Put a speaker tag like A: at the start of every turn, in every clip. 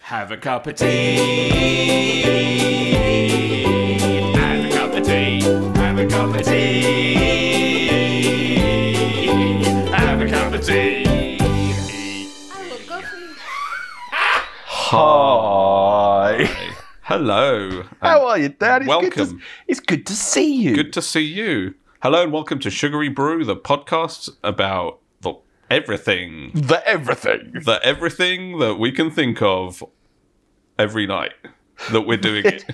A: Have a cup of tea. Have a cup of tea. Have a cup of tea. Have a cup of tea.
B: I will go for you.
C: Hi.
D: Hello. and
C: How are you, Dad? It's Good to,
D: Welcome.
C: it's good to see you.
D: Good to see you. Hello and welcome to Sugary Brew, the podcast about the everything,
C: The everything.
D: the everything that we can think of every night that we're doing it.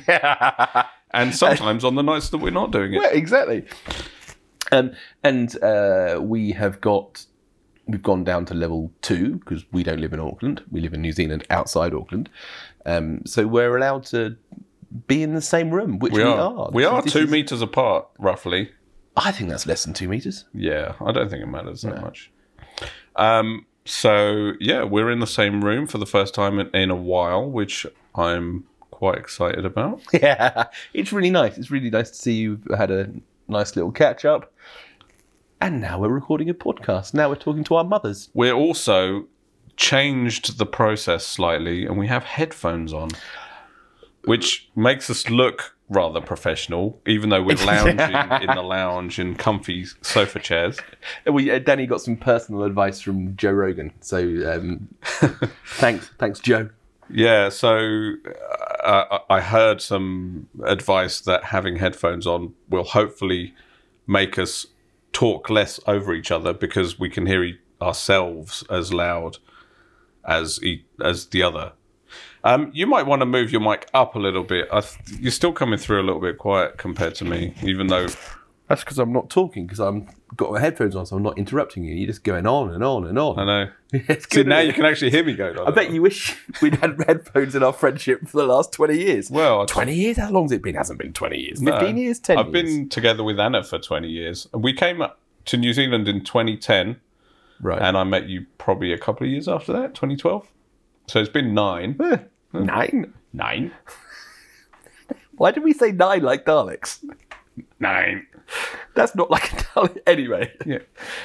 D: And sometimes on the nights that we're not doing it.
C: Yeah, exactly. Um, and uh, we have got we've gone down to level two because we don't live in Auckland. We live in New Zealand, outside Auckland. Um, so we're allowed to be in the same room, which we,
D: We are. We are
C: This
D: two
C: is-
D: meters apart, roughly.
C: I think that's less than two meters.
D: Yeah, I don't think it matters that much. Um, so yeah, we're in the same room for the first time in, in a while, which I'm quite excited about.
C: Yeah, it's really nice. It's really nice to see you've had a nice little catch up. And now we're recording a podcast. Now we're talking to our mothers.
D: We're also changed the process slightly, and we have headphones on, which makes us look rather professional, even though we're lounging in the lounge in comfy sofa chairs.
C: And we, uh, Danny got some personal advice from Joe Rogan. So um, thanks, thanks, Joe.
D: Yeah, so uh, I I heard some advice that having headphones on will hopefully make us talk less over each other because we can hear e- ourselves as loud as e- as the other. Um, you might want to move your mic up a little bit. I th- you're still coming through a little bit quiet compared to me, even though
C: That's because I'm not talking because I'm got my headphones on, so I'm not interrupting you. You're just going on and on and on.
D: I know.
C: It's
D: Uh, See,
C: good,
D: now
C: isn't
D: you
C: it?
D: can actually hear me go.
C: I bet you wish we'd had headphones in our friendship for the last twenty years.
D: Well, I-
C: twenty years? How long's it been? Hasn't been twenty years.
D: No.
C: Fifteen years? Ten?
D: I've
C: years?
D: been together with Anna for 20 years. We came up to New Zealand in 2010.
C: right.
D: and I met you probably a couple of years after that, 2012. So it's been nine.
C: nine.
D: Nine.
C: Why did we say nine like Daleks?
D: Nine.
C: That's not like a Dalek anyway.
D: Yeah.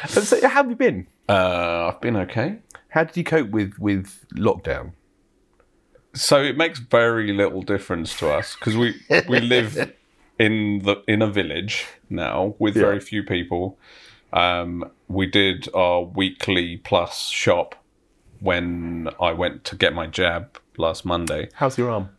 C: And so, how have you been?
D: Uh, I've been okay.
C: How did you cope with with lockdown?
D: So it makes very little difference to us because we we live in the in a village now with very few people. Um, we did our weekly plus shop when I went to get my jab last Monday.
C: How's your arm?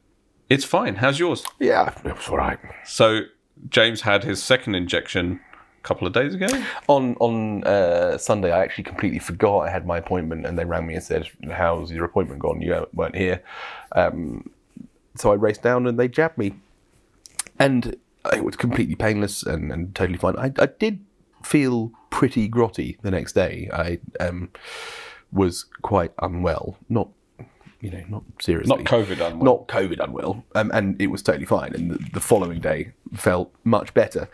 D: It's fine. How's yours?
C: Yeah, it was all right.
D: So James had his second injection a couple of days ago.
C: On on uh, Sunday, I actually completely forgot I had my appointment, and they rang me and said, "How's your appointment gone? You weren't here." Um, so I raced down, and they jabbed me, and it was completely painless and, and totally fine. I, I did feel pretty grotty the next day. I um, was quite unwell, not you know, not seriously,
D: Not COVID unwell.
C: not COVID unwell, um, and it was totally fine. And the, the following day felt much better.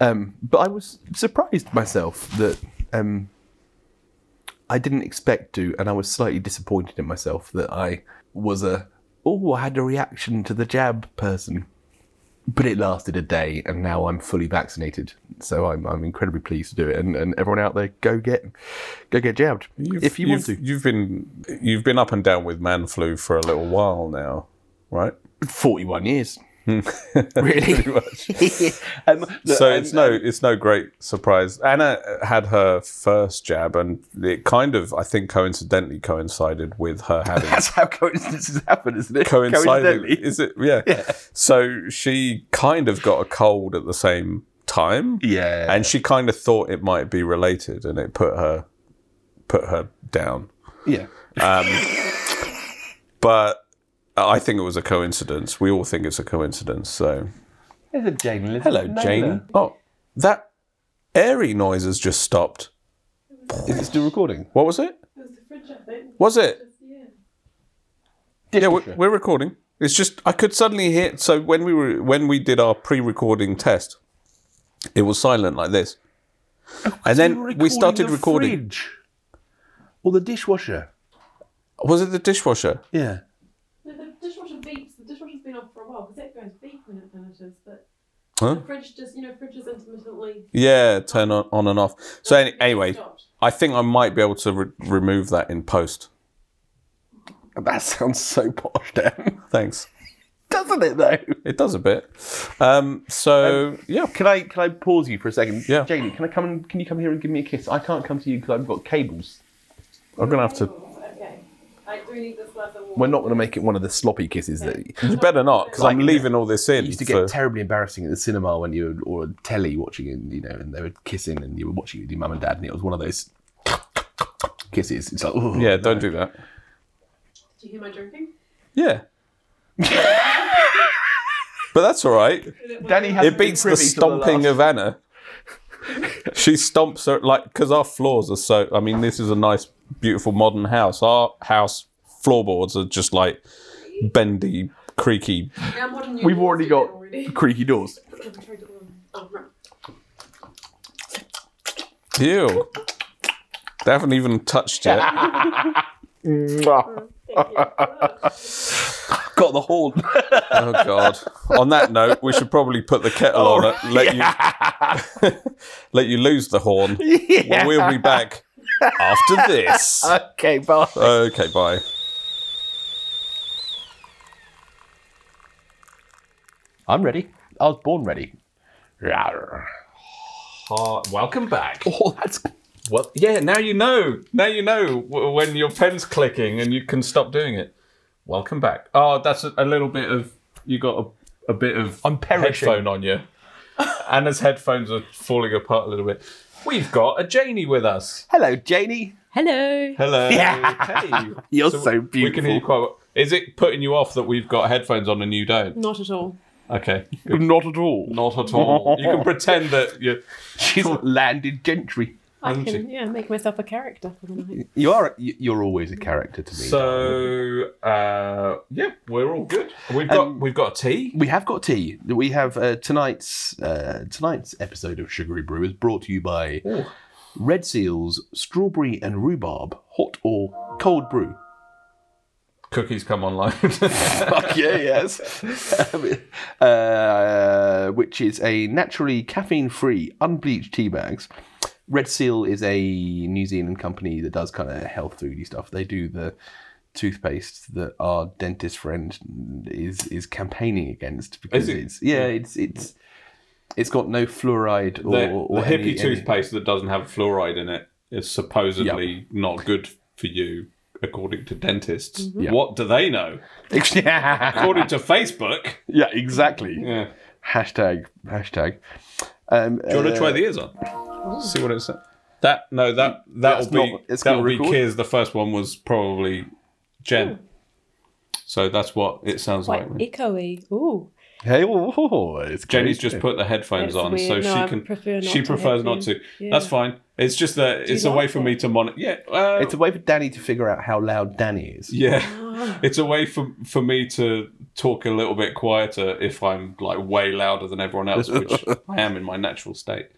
C: Um, but I was surprised myself that um, I didn't expect to, and I was slightly disappointed in myself that I was a oh I had a reaction to the jab person. But it lasted a day, and now I'm fully vaccinated, so I'm, I'm incredibly pleased to do it. And, and everyone out there, go get go get jabbed if you want
D: you've-
C: to.
D: You've been you've been up and down with man flu for a little while now, right?
C: 41 years. really?
D: Hmm. much.
C: um, look,
D: so
C: um,
D: it's no it's no great surprise. Anna had her first jab, and it kind of I think coincidentally coincided with her having
C: That's how coincidences happen, isn't it?
D: coincided.
C: Coincidentally.
D: Is it? Yeah.
C: Yeah.
D: So she kind of got a cold at the same time,
C: Yeah.
D: and she kind of thought it might be related, and it put her put her down.
C: yeah.
D: but I think it was a coincidence. We all think it's a coincidence. So
C: There's a Jane Elizabeth
D: hello,
C: Naylor.
D: Jane. Oh, that airy noise has just stopped.
C: Is it still recording?
D: What was
B: It
D: it?
B: was the fridge, I think.
D: Was it?
B: Yeah.
D: Yeah, we're, we're recording. It's just I could suddenly hear. So when we were when we did our pre-recording test, it was silent like this, and then we started
C: the
D: recording.
C: Fridge. Or the dishwasher.
D: Was it the dishwasher?
C: Yeah.
B: No, the dishwasher beeps. The dishwasher's been off for a while because it goes beep when it finishes. But
D: Huh?
B: the fridge just, you know, fridges intermittently.
D: Yeah, turn on, on and off. So any, anyway,
B: Stopped.
D: I think I might be able to re- remove that in post.
C: That sounds so posh, Dan.
D: Thanks.
C: Doesn't it though?
D: It does a bit. Um, so yeah,
C: Can I can I pause you for a second?
D: Yeah.
C: Jamie, can I come and can you come here and give me a kiss? I can't come to you because I've got cables.
D: I'm gonna have to.
B: Okay. I do need this glass of water.
C: We're not going to make it one of the sloppy kisses that
D: You better not, because I'm leaving all this in.
C: It used to get
D: for-
C: terribly embarrassing at the cinema when you were, or telly watching it, you know, and they were kissing and you were watching it with your mum and dad, and it was one of those kisses. It's like, oh,
D: yeah, don't do that.
B: Do you hear my drinking?
D: Yeah. but that's all right.
C: Danny has
D: It beats the stomping of Anna. she stomps her like because our floors are so. I mean, this is a nice, beautiful modern house. Our house floorboards are just like bendy, creaky.
B: Now, modern
C: We've already got
B: Already.
C: creaky doors.
B: Oh, right.
D: Ew. They haven't even touched yet.
B: Oh,
C: Got the horn.
D: oh God. On that note, we should probably put the kettle on
C: Oh,
D: it. Let you let you lose the horn.
C: Yeah.
D: We'll be back after this.
C: okay, bye.
D: Okay, bye.
C: I'm ready. I was born ready. Rawr.
D: welcome back.
C: Oh, that's
D: Well, yeah, now you know. Now you know w- when your pen's clicking and you can stop doing it. Welcome back. Oh, that's a, a little bit of you got a, a bit of
C: I'm perishing.
D: headphone on you. Anna's headphones are falling apart a little bit. We've got a Janie with us.
C: hello, Janie.
E: Hello.
D: Hello.
C: Yeah.
D: Hey.
C: You're so
D: We can hear you
C: beautiful.
D: quite well. Is it putting you off that we've got headphones on and you don't?
E: Not at all.
D: Okay. Good.
C: Not at all.
D: Not at all. You can pretend that you're.
C: She's landed gentry.
E: I
D: Haven't
E: can yeah, make myself a character for the night.
C: You are. you- You're always a character to me.
D: So uh, yeah, we're all good. We've got
C: Um,
D: we've got tea.
C: We have got tea. We have uh, tonight's uh, tonight's episode of Sugary Brew is brought to you by Red Seal's strawberry and rhubarb hot or cold brew.
D: Cookies come online.
C: Fuck yeah, yes. Um, uh, which is a naturally caffeine-free unbleached tea bags. Red Seal is a New Zealand company that does kind of health foody stuff. They do the toothpaste that our dentist friend is is campaigning against because
D: it?
C: it's yeah, it's it's it's got no fluoride or,
D: the,
C: or
D: the
C: any-
D: hippie
C: any-
D: toothpaste that doesn't have fluoride in it is supposedly not good for you, according to dentists.
C: Yeah.
D: What do they know?
C: yeah,
D: According to Facebook.
C: yeah, exactly.
D: Yeah.
C: Hashtag hashtag. Um,
D: Do you want
C: uh,
D: to try the ears on? See what it says. That no, that that'll
C: That's
D: be
C: not- it's
D: that'll
C: gonna
D: be
C: record.
D: Kiers. The first one was probably Jen. So that's what it sounds
E: Quite
D: like.
E: echoey. Ooh.
C: Hey, oh, oh, it's
D: Jenny's
C: great.
D: just put the headphones
E: That's
D: on,
E: weird.
D: so
E: No, I
D: she can.
E: prefer not
D: she
E: to
D: prefers
E: have
D: not
E: you.
D: to.
E: Yeah.
D: That's fine. It's just that it's a way
E: like
D: for
E: it?
D: me to monitor. Yeah, uh,
C: It's a way for Danny to figure out how loud Danny is.
D: yeah. It's a way for for me to talk a little bit quieter if I'm like way louder than everyone else, which I am in my natural state.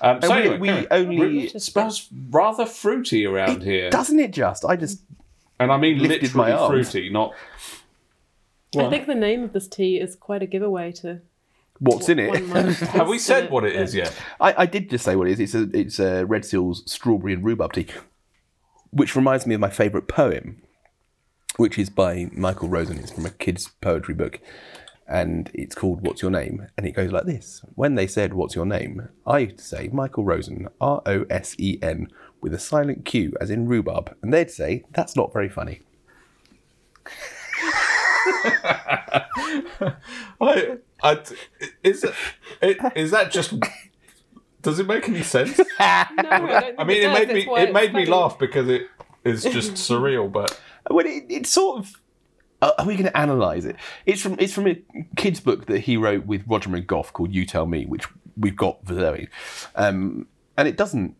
D: Um, so
C: we-
D: anyway,
C: we
D: carry on.
C: only-
D: Really it smells rather fruity around here,
C: Doesn't it just? I just
D: and I mean
C: lifted my
D: literally
C: arm.
D: fruity, not
E: I think the name of this tea is quite a giveaway to
C: what's in
E: one
C: it.
E: might
D: Have we said
E: consider
D: what it
E: the-
D: is yet?
C: I, I did just say what it is. It's a it's a Red Seal's strawberry and rhubarb tea, which reminds me of my favourite poem, which is by Michael Rosen. It's from a kid's poetry book, and it's called "What's Your Name?" and it goes like this: When they said "What's your name?" I used to say Michael Rosen, R O S E N, with a silent Q, as in rhubarb, and they'd say that's not very funny.
D: I, I, is it, it, is that just? Does it make any sense?
E: No, I, don't think
D: I mean, it
E: does.
D: made
E: That's
D: me
E: why
D: it
E: it's
D: made me
E: funny.
D: laugh because it is just surreal. But
C: Well, it, it's sort of. Uh, are we going to analyse it? It's from it's from a kid's book that he wrote with Roger McGough called "You Tell Me," which we've got for Zoe, um, and it doesn't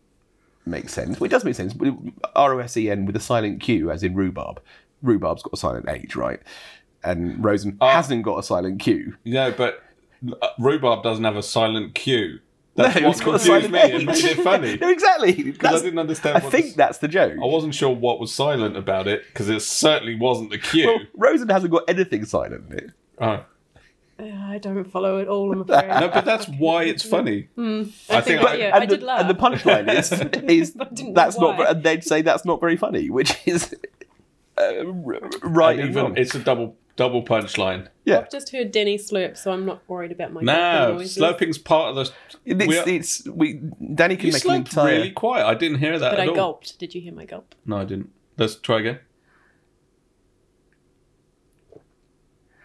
C: make sense. Well, it does make sense. but R O S E N with a silent Q, as in rhubarb. Rhubarb's got a silent H, right? And Rosen
D: Ah.
C: hasn't got a silent Q.
D: you know, but uh, rhubarb doesn't have a silent Q. That's
C: No,
D: what
C: it's got a
D: confused
C: silent
D: me and
C: H.
D: made it funny.
C: No, exactly. That's-
D: didn't understand
C: I
D: what
C: think
D: this-
C: that's the joke.
D: I wasn't sure what was silent about it because it certainly wasn't the Q.
C: Well, Rosen hasn't got anything silent in it.
D: Oh.
E: Uh, I don't follow it all. I'm afraid.
D: No, but that's why it's funny. I
E: Hmm. I
D: think
E: think,
D: I-
E: yeah,
C: and
E: I
C: the,
E: did laugh.
C: And the punchline is, is
E: But I didn't know
C: that's not,
E: why.
C: and they'd say that's not very funny, which is uh, right and
D: even
C: wrong.
D: it's a double double punchline.
C: yeah,
E: I've just heard Danny slurp, so I'm not worried about my
D: No,
E: gulping noises.
D: slurping's part of the.
C: it's,
D: we are-
C: it's we. Danny can
D: you
C: make an
D: slurped
C: entire.
D: really quiet. I didn't hear that
E: But
D: at
E: I
D: all.
E: gulped. Did you hear my gulp?
D: No, I didn't. Let's try again.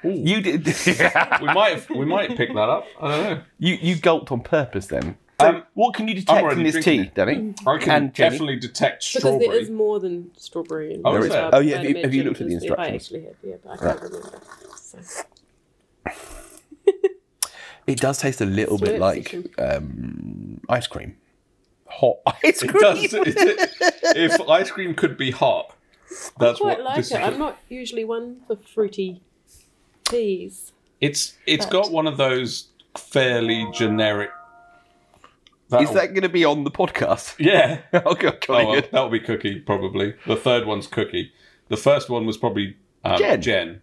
C: You did.
D: We might have, we might pick that up. I don't know.
C: you you gulped on purpose then. So
D: Um,
C: what can you
D: I'm
C: detect
D: already
C: in this tea,
D: drinking it. Mm.
C: Danny?
D: I can
C: And Jenny?
D: definitely detect
E: Because
D: strawberry.
E: there is more than strawberry. And
D: Oh, is
E: rhubarb,
D: there?
C: Oh, yeah,
E: I'd
C: have you- have you
E: imagine,
C: looked at the
E: because I
C: instructions?
E: actually have, yeah, but I can't remember. So.
C: It does taste a little bit
E: Slurp
C: like
E: session.
C: um, ice cream, hot ice
D: It
C: cream.
D: does. It, if ice cream could be hot, that's
E: quite
D: what
E: like
D: this
E: it.
D: is.
E: I'm not usually one for fruity teas.
D: It's it's
E: But-
D: got one of those fairly generic.
C: Is that going to be on the podcast?
D: yeah?
C: oh god,
D: Oh, well,
C: try it.
D: that'll be Cookie probably. The third one's Cookie. The first one was probably um,
C: Jen.
D: Jen.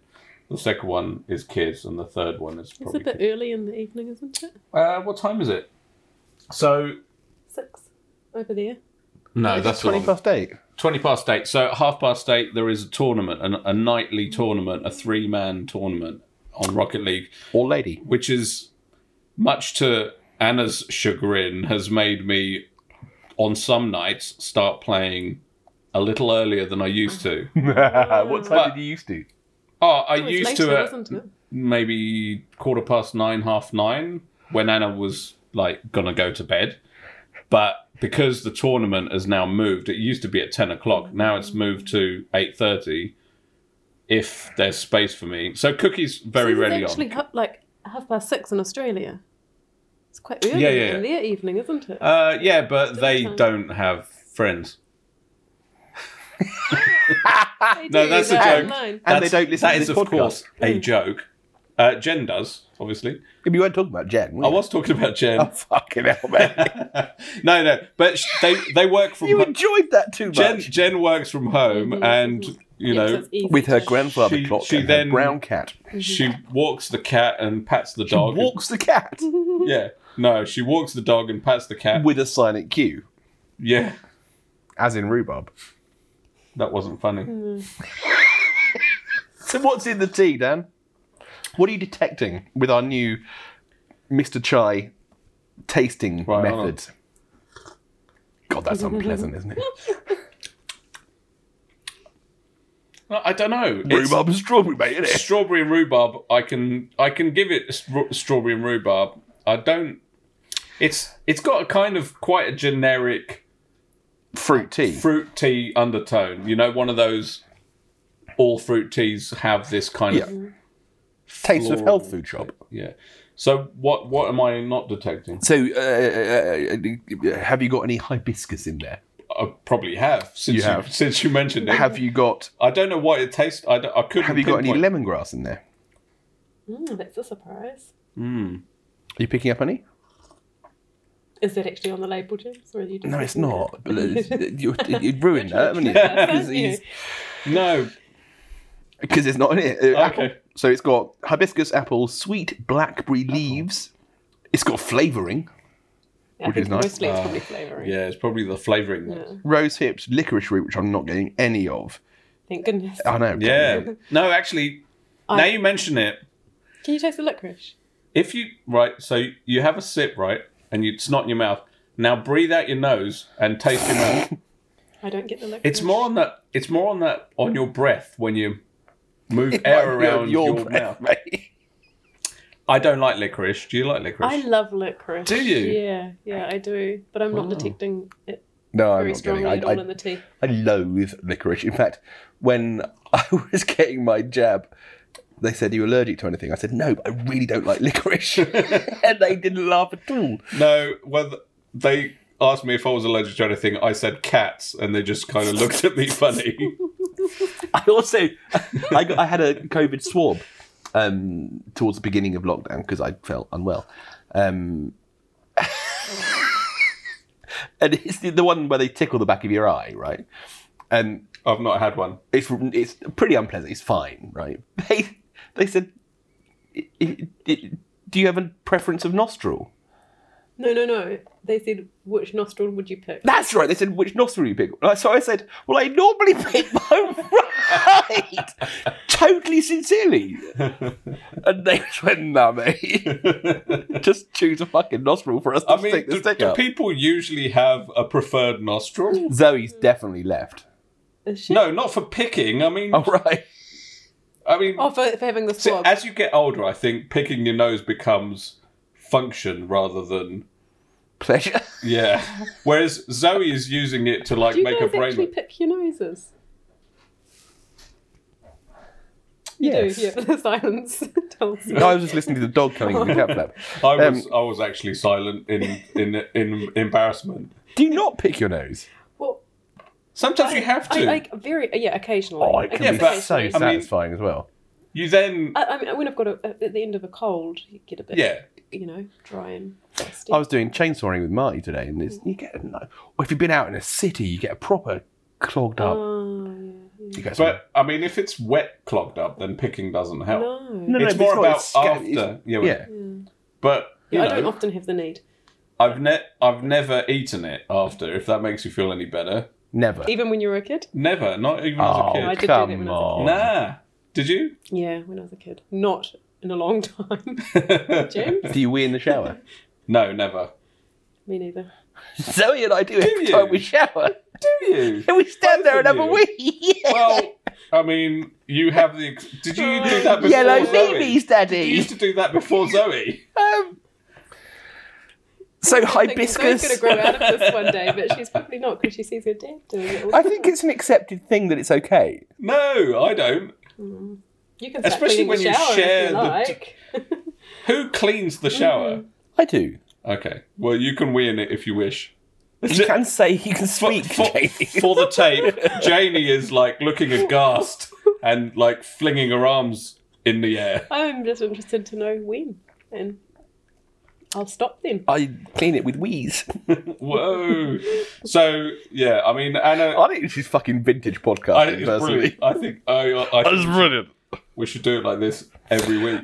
D: The second one is Kids, and the third one is
E: It's
D: probably.
E: a bit early in the evening, isn't it?
D: Uh, what time is it? So
E: Six over there.
D: no,
C: It's
D: that's the
C: twenty
D: one.
C: past eight.
D: 20 past eight. So at half past eight, there is a tournament, an, a nightly tournament, a three man tournament on Rocket League,
C: Or lady.
D: which is much to Anna's chagrin, has made me on some nights start playing a little earlier than I used to.
E: Oh.
C: what time
D: But-
C: did you used to?
D: Oh, I
E: It was
D: used
E: later,
D: to at
E: wasn't it?
D: maybe quarter past nine, half nine, when Anna was like gonna go to bed. But because the tournament has now moved, it used to be at ten o'clock. Now it's moved to eight thirty. If there's space for me, so cookies very
E: So it's
D: rarely
E: actually
D: on.
E: hu- like half past six in Australia. It's quite early
D: Yeah, yeah,
E: in
D: yeah.
E: their evening, isn't it?
D: Uh, yeah, but they
E: time.
D: don't have friends.
E: They
D: no,
E: do,
D: that's a
E: they're
D: joke.
E: online.
C: And they
D: That's-
C: don't listen
D: That
C: to
D: is,
C: this
D: of
C: podcast.
D: course, a
E: Mm.
D: joke. Uh, Jen does, obviously.
C: If you weren't talking about Jen, were
D: I
C: you?
D: was talking about Jen.
C: Oh, fucking hell, man!
D: no, no, but sh- they they work from
C: you
D: hu-
C: enjoyed that too much.
D: Jen Jen works from home
E: Mhm.
D: and
E: Yeah, so
D: you know
E: it's easy
C: With her
E: to-
C: grandfather
D: She-
C: clock
D: she
C: and her
D: then-
C: brown cat.
D: she walks the cat and pats the
C: She
D: dog.
C: walks the cat
D: Yeah. No, she walks the dog and pats the cat.
C: with a silent Q,
D: yeah.
C: as in rhubarb.
D: That wasn't funny.
C: So what's in the tea, Dan? What are you detecting with our new Mr. Chai tasting
D: Right, hold on.
C: method? God, that's unpleasant, isn't it?
D: No, I don't know. It's
C: Rhubarb and strawberry, mate, isn't it?
D: strawberry and rhubarb. I can I can give it str- strawberry and rhubarb. I don't It's it's got a kind of quite a generic
C: Fruit tea.
D: fruit tea undertone. You know, one of those all fruit teas have this kind
C: yeah.
D: of
C: Taste of
D: floral-
C: health food shop.
D: Yeah. So what what am I not detecting?
C: So, uh, uh, uh, have you got any hibiscus in there?
D: I probably have since
C: You
D: you,
C: have.
D: since you mentioned it.
C: Have you got
D: I don't know what it tastes. I, don't- I couldn't.
C: Have you got any
D: pinpoint-
C: lemongrass in there?
E: Mm, that's a surprise.
C: Are you picking up any?
E: Is that actually on the label, James? Or are you just
C: No, it's
E: making that?
C: not. But it's, you, you'd ruin that, haven't you? Because
E: Thank you.
C: he's-
D: No.
C: 'cause it's not in it. Uh, apple.
D: Okay.
C: So it's got hibiscus, apple, sweet blackberry leaves. It's got flavouring,
E: Yeah, I
C: which
E: think
C: is nice.
E: Mostly it's probably flavouring.
D: Ah, Yeah, it's probably the flavouring.
E: Yeah.
D: ones.
C: rose hips, licorice root, which I'm not getting any of.
E: Thank goodness.
C: I know.
D: Yeah. No, actually, now
E: I-
D: you mention it.
E: Can you taste the licorice?
D: If you right, so you have a sip, right, and you, it's not in your mouth. Now breathe out your nose and taste your mouth.
E: I don't get the licorice.
D: It's more on that. It's more on that on your breath when you move
C: It
D: air
C: might be
D: around your,
C: breath,
D: mouth.
C: mate.
D: I don't like licorice. Do you like licorice?
E: I love licorice.
D: Do you?
E: Yeah, yeah, I do. But I'm not detecting it
C: No, I'm
E: very
C: not getting.
E: strongly
C: I,
E: at all
C: I,
E: in the tea.
C: I loathe licorice. In fact, when I was getting my jab, they said, Are you allergic to anything? I said, No, but I really don't like licorice. and they didn't laugh at all.
D: No, well, they asked me if I was allergic to anything. I said cats, and they just kind of looked at me funny.
C: I also, I, got, I had a COVID swab um, towards the beginning of lockdown because I felt unwell. Um, and it's the, the one where they tickle the back of your eye, right? And
D: I've not had one.
C: it's it's pretty unpleasant. It's fine, right? They they said, "I- I- I- "Do you have a preference of nostril?"
E: No, no, no. They said, which nostril would you pick?
C: That's right. They said, which nostril you pick? And I- So I said, well, I normally pick my right. totally sincerely. and they just went, nah, mate. just choose a fucking nostril for us to
D: I mean,
C: stick the
D: do,
C: stick
D: do
C: up.
D: people usually have a preferred nostril?
C: Zoe's definitely left.
E: Is she?
D: No, not for picking. I mean,
C: All right.
D: I mean,
E: Oh, for, for having the
D: see,
E: swab.
D: as you get older, I think picking your nose becomes function rather than
C: Pleasure.
D: yeah. Whereas Zoe is using it to like
E: Do you
D: make a
E: guys
D: brain.
E: actually pick your noses? You
C: Yes.
E: do, yeah. The silence tells you.
C: No, I was just listening to the dog coming in the cat flap.
D: I was
C: Um,
D: I was actually silent in in in embarrassment.
C: Do you not pick your nose?
E: Well,
D: Sometimes you have
E: I,
D: to.
E: I, very, yeah, occasionally.
C: Oh, it can
E: Yeah,
D: be
C: be
D: but-
C: so
E: occasionally.
D: I mean-
C: satisfying as well.
D: you then
E: I, I mean, when I've got a, at the end of a cold, you get a bit,
D: yeah.
E: you know, dry and dusty.
C: I was doing chainsawing with Marty today, and it's, you get, no, or if you've been out in a city, you get a proper clogged up.
E: Oh, yeah.
C: you get some-
D: Mm. But I mean, if it's wet clogged up, then picking doesn't help.
E: No.
C: No, no,
D: It's
C: but
D: more
C: not
D: about
C: as sca-
D: after.
C: it's-
D: Yeah, we-
C: yeah.
D: But you
E: Yeah, I
D: know,
E: don't often have the need.
D: I've ne- I've never eaten it after. If that makes you feel any better,
C: Never.
E: Even when you were a kid?
D: never. Not even
C: Oh,
D: as a
E: I
D: kid.
E: did do that
C: come
E: when I
C: on.
D: Nah. Did you?
E: Yeah, when I was a kid. Not in a long time. James?
C: Do you wee in the shower?
D: no, never.
E: Me neither.
C: Zoe and I do every
D: you?
C: time we shower.
D: Do you?
C: And we stand
D: Both
C: there
D: of
C: and have a
D: you?
C: wee. Yeah.
D: well, I mean, you have the. ex- Did you do that before
C: Yellow
D: Zoe?
C: babies,
D: You
C: Daddy.
D: used to do that before Zoe.
C: Um, so hibiscus.
E: Zoe's going to grow out of this one day, but she's probably not because she sees her dad doing it. all
C: I
E: the
C: think
E: time.
C: it's an accepted thing that it's okay.
D: No, I don't.
E: Mm. You can start
D: especially
E: cleaning
D: when
E: the
D: you
E: shower if
D: share
E: you
D: the-
E: like.
D: Who cleans the shower?
C: I do.
D: Okay. Well, you can wee in it if you wish.
C: You can say you can
D: For,
C: speak.
D: for-
C: Jamie.
D: for the tape, Janie is like looking aghast and like flinging her arms in the air.
E: I'm just interested to know when, and I'll stop then.
C: I clean it with wheeze.
D: Whoa. So yeah, I mean Anna.
C: I think this is fucking vintage podcasting,
D: I, it's
C: personally.
D: brilliant. I think I, I, I think
C: brilliant.
D: we should do it like this every week.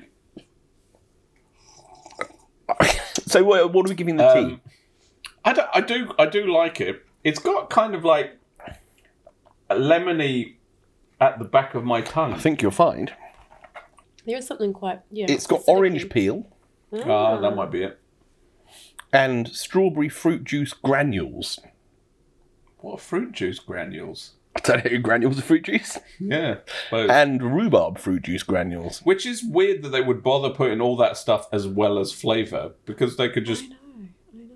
C: so what, what are we giving the
D: Um,
C: tea?
D: I do, I do I do like it. It's got kind of like a lemony at the back of my tongue.
C: I think you'll find
E: There is something quite yeah.
C: it's got
E: acidic-y.
C: orange peel
D: ah, that might be it.
C: and strawberry fruit juice granules.
D: What are fruit juice granules?
C: I don't know granules of fruit juice
D: Yeah, both.
C: and rhubarb fruit juice granules.
D: Which is weird that they would bother putting all that stuff as well as flavor because they could just.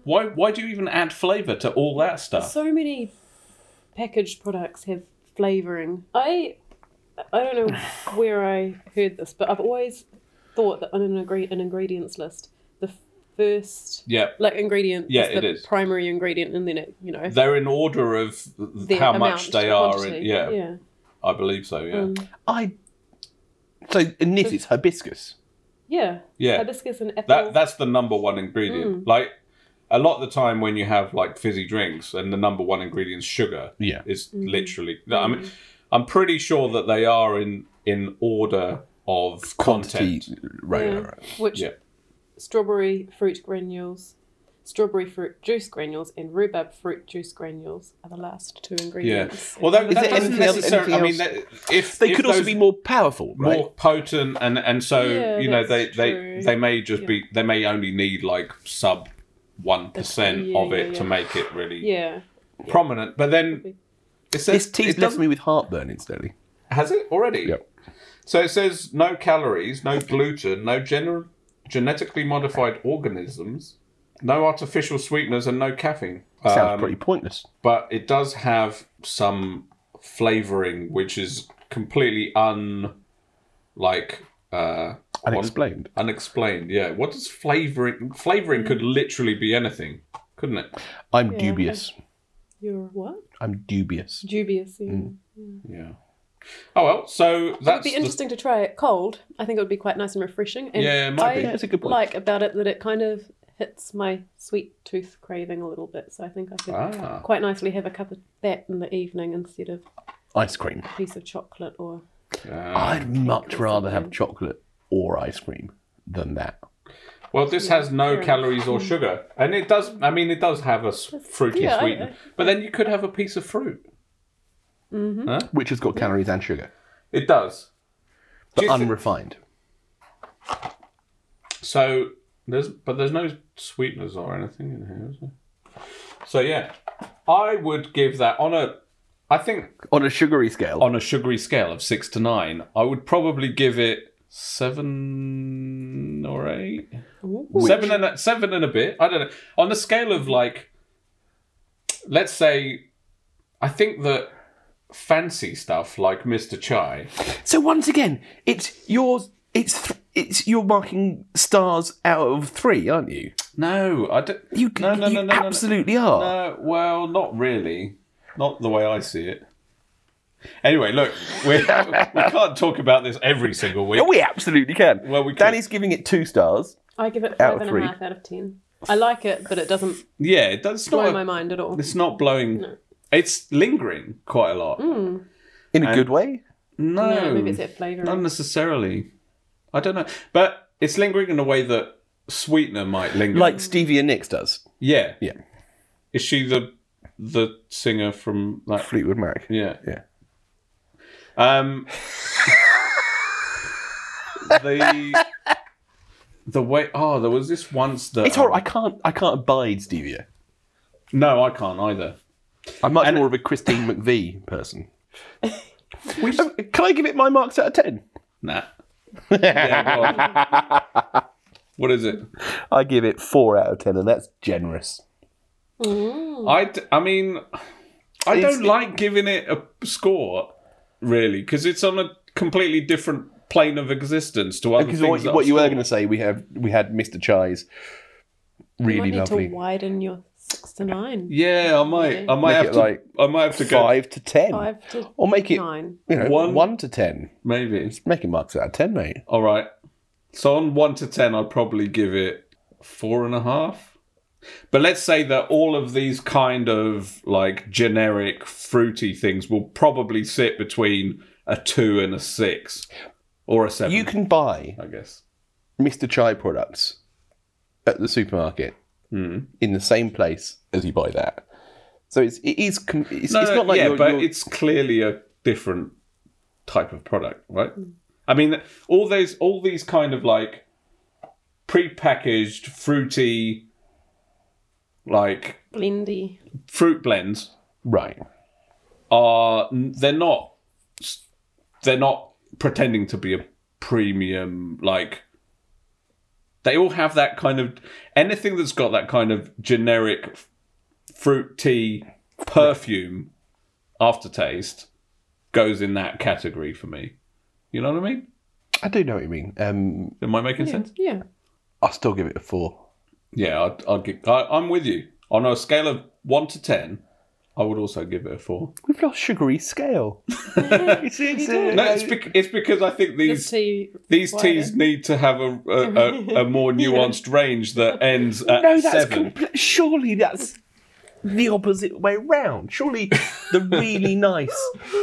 D: Why? Why do you even add flavor to all that stuff?
E: So many packaged products have flavoring. I I don't know where I heard this, but I've always thought that on an, agree- an ingredients list, the f- first
D: yeah,
E: like ingredient
D: Yeah,
E: is the
D: it is.
E: primary ingredient, and then it you know
D: they're in order of
E: the
D: how
E: amount,
D: much they
E: the
D: are. In,
E: quantity.
D: yeah,
E: yeah.
D: I believe so. Yeah,
E: Um,
C: I so in this it's hibiscus.
E: yeah,
D: yeah.
E: Hibiscus and apple.
D: That that's the number one
E: Mm.
D: ingredient. Like a lot of the time when you have like fizzy drinks and the number one ingredient is sugar.
C: Yeah.
D: It's
E: Mm-hmm.
D: literally I mean
E: Mm.
D: I'm pretty sure that they are in in order of content.
C: Quantity, right,
E: Yeah.
C: right,
D: Mm.
C: right.
E: Which
D: Yeah.
E: strawberry fruit granules, strawberry fruit juice granules, and rhubarb fruit juice granules are the last two
D: Yeah.
E: ingredients.
D: Well that,
C: Is
D: that
C: there
D: doesn't
C: anything else-
D: necessarily I mean
C: anything
D: that, if
C: They
D: if
C: could also
D: those
C: be more powerful,
D: more
C: right?
D: potent and and so
E: Yeah,
D: you know they
E: that's
D: they
E: true.
D: they may just
E: Yeah.
D: be they may only need like sub one percent
E: Yeah,
D: of
E: yeah,
D: it to
E: yeah.
D: make it really
E: yeah.
D: prominent. But then
E: Probably.
D: it says
C: This tea's
D: it
C: left
D: doesn't
C: me with heartburn instantly.
D: Has it already?
C: Yep.
D: So it says no calories, no gluten, no gener- genetically modified organisms, no artificial sweeteners, and no caffeine.
C: Sounds
D: Um,
C: pretty pointless.
D: But it does have some flavoring, which is completely un, like, uh,
C: Unexplained.
D: unexplained. Yeah. What does flavoring? Flavoring could literally be anything, couldn't it?
C: I'm
E: Yeah,
C: dubious.
E: You're what?
C: I'm dubious.
E: Dubious. Yeah.
D: Yeah. Oh well. So
E: It would
D: Mm. that's
E: be
D: the-
E: interesting to try it cold. I think it would be quite nice and refreshing. And
D: Yeah, it might
E: I
D: be.
C: Yeah, it's a good point.
E: like about it that it kind of hits my sweet tooth craving a little bit. So I think I could
D: Ah.
E: quite nicely have a cup of that in the evening instead of
C: Ice cream.
E: a piece of chocolate or
D: Uh,
C: I'd much rather have chocolate or ice cream than that.
D: Well, this
E: Yeah,
D: has no
E: fair
D: calories or sugar, and it does. I mean, it does have a s- fruity
E: yeah, I-
D: sweetener, but then you could have a piece of fruit.
C: which has got calories and sugar,
D: It does. Do
C: but
D: you thi-
C: unrefined.
D: so there's, but there's no sweeteners or anything in here, is there? So yeah, I would give that on a. I think
C: On a sugary scale,
D: on a sugary scale of six to nine, I would probably give it seven or eight. Seven and a, seven and a bit. I don't know. On the scale of like, let's say, I think that fancy stuff like Mr. Chai.
C: So once again, it's yours. It's th- it's you're marking stars out of three, aren't you?
D: No, I don't.
C: You,
D: no, no,
C: you
D: no, no, no,
C: absolutely
D: No,
C: are.
D: no, well, not really. Not the way I see it. Anyway, look, we're, we can't talk about this every single week.
C: No, we absolutely can.
D: Well, we could.
C: Danny's giving it two stars.
E: I give it
C: Out of
E: five and a
C: three.
E: half out of ten. I like it, but it doesn't
D: Yeah, it does
E: blow
D: not. a-
E: my mind at all.
D: It's not blowing.
E: No. Mm.
D: It's lingering quite a lot.
C: In a
D: And-
C: good way.
D: No,
E: No, Hmm. maybe it's that flavour.
D: not necessarily. I don't know, but it's lingering in a way that sweetener might linger.
C: Like Stevia Nicks does.
D: yeah,
C: Yeah.
D: Is she the the singer from that?
C: Fleetwood Mac.
D: Yeah,
C: Yeah.
D: Um, the the way. Oh, there was this once that um,
C: It's horrible. I can't I can't abide Stevia.
D: No, I can't either.
C: I'm much more of a Christine McVie person.
D: We
C: Um, Can I give it my marks out of ten?
D: nah. Yeah, go on. what is it?
C: I give it four out of ten, and that's generous.
E: Hmm.
D: I, d- I mean, I
C: It's-
D: don't like giving it a score, really, because it's on a completely different plane of existence to other
C: Because
D: things.
C: what,
D: that
C: what
D: I've
C: you were
D: scored.
C: going to say, we have we had Mr. Chai's
E: you might
C: really
E: need
C: lovely
E: to widen your six to nine.
D: Yeah, I might, I might
C: Make
D: have
C: it
D: to,
C: like
D: I might have to go
C: five to ten,
E: Five to
C: or make it
E: nine.
C: you know,
D: One-
C: one, to ten.
D: maybe.
C: Make it marks out of ten, mate.
D: All right. So on one to ten, I'd probably give it four and a half. But let's say that all of these kind of like generic fruity things will probably sit between a two and a six, or a seven.
C: You can buy
D: I guess.
C: Mr. Chai products at the supermarket
D: Hmm.
C: in the same place as you buy that. So it's it is com- it's, it's not like
D: yeah,
C: you're,
D: but
C: you're-
D: it's clearly a different type of product, right? I mean, all those, all these kind of like pre-packaged fruity, like
E: Blendy.
D: fruit blends
C: right.
D: are they're not they're not pretending to be a premium like they all have that kind of anything that's got that kind of generic f- fruit tea perfume aftertaste goes in that category for me you know what i mean
C: I do know what you mean. Um,
D: am i making sense
E: Yeah.
C: I'll still give it a four.
D: yeah I'd, I'd gi- I, i'm with you on a scale of 1 to 10 i would also give it a 4
C: We've lost sugary scale. it's, it's, uh,
D: no it's, bec- it's because i think
E: This
D: these
E: tea.
D: These
E: Why?
D: teas need to have a a, a, a more nuanced range that ends at
C: no, that's
D: seven.
C: compl- surely that's the opposite way round. Surely the really nice,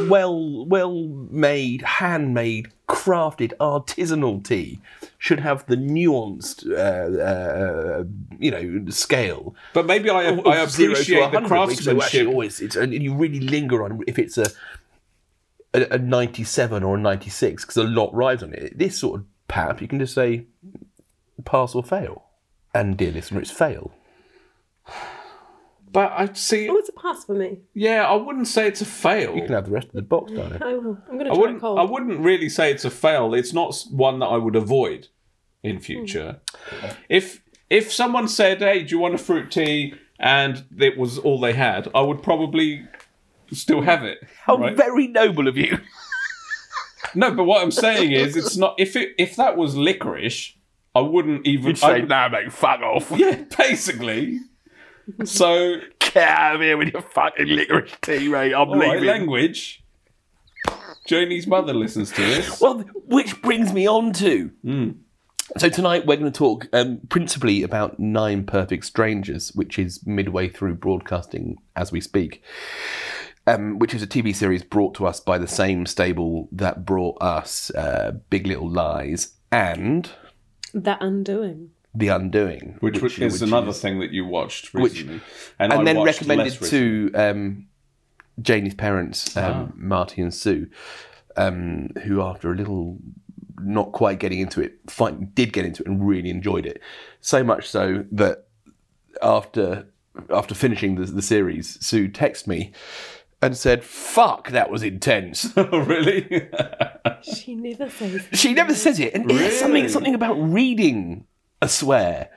C: well well made, handmade, crafted, artisanal tea should have the nuanced, uh, uh, you know, scale.
D: but maybe I,
C: of
D: I
C: Oh, zero to
D: appreciate
C: 100,
D: the
C: which you actually
D: craftsmanship.
C: Always, it's, and you really linger on if it's a a, a ninety-seven or a ninety-six because a lot rides on it. This sort of pap, you can just say pass or fail, and dear listener, it's fail.
D: But I see.
E: Oh, it's a pass for me.
D: Yeah, I wouldn't say it's a fail.
C: You can have the rest of the box, darling.
E: I will. I'm going to
D: I
E: try it
D: wouldn't.
E: cold.
D: I wouldn't really say it's a fail. It's not s- one that I would avoid
C: Hmm.
D: in future. If if someone said, "Hey, do you want a fruit tea?" and it was all they had, I would probably still have it.
C: How
D: right?
C: very noble of you.
D: No, but what I'm saying is, it's not. If it if that was licorice, I wouldn't even. I would-
C: "No, mate, fuck off.
D: Yeah, basically. So,
C: Get out of here with your fucking licorice tea, mate. I'm
D: all right, language. Joni's mother listens to this.
C: Well, which brings me on to.
D: Hmm.
C: So tonight we're going to talk um, principally about Nine Perfect Strangers, which is midway through broadcasting as we speak, um, which is a TV series brought to us by the same stable that brought us uh, Big Little Lies and
E: The Undoing.
C: The Undoing,
D: which, is
C: which
D: another thing that you watched
C: which-
D: recently, and, I
C: and then
D: watched
C: recommended
D: less recently. Ah.
C: to um, Janie's parents, um, Marty and Sue, um, who after a little not quite getting into it, fin- did get into it and really enjoyed it. So much so that after after finishing the, the series, Sue texted me and said, "Fuck, that was intense."
D: oh, really?
E: She never says.
C: she never says it, and it's something
D: Really?
C: something about reading a swear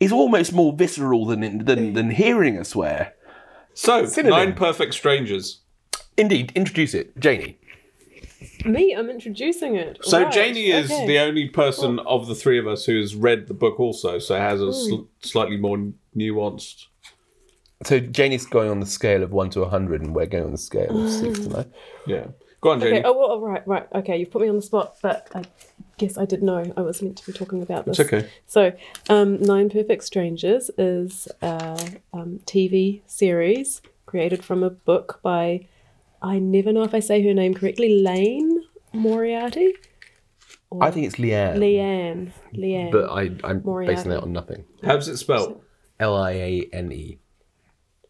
C: is almost more visceral than than than hearing a swear.
D: so
C: Synonym.
D: nine perfect strangers.
C: Indeed, introduce it, Janie.
E: Me, I'm introducing it.
D: So
E: Right,
D: Janie is
E: okay.
D: the only person of the three of us who's read the book also, so has
E: Hmm.
D: a sl- slightly more nuanced.
C: So Janie's going on the scale of one to hundred, and we're going on the scale of six
E: Mm.
C: to nine.
D: Yeah, go on, Janie.
E: Okay. Oh, well, oh, right, right. Okay, you've put me on the spot, but I guess I did know I was meant to be talking about this.
D: it's okay.
E: So, um, Nine Perfect Strangers is a um, TV series created from a book by, I never know if I say her name correctly, Lane Moriarty?
C: I think it's Leanne.
E: Leanne. Leanne.
C: But I, I'm
E: Moriarty.
C: basing that on nothing.
D: How's it spelled?
C: L I A N E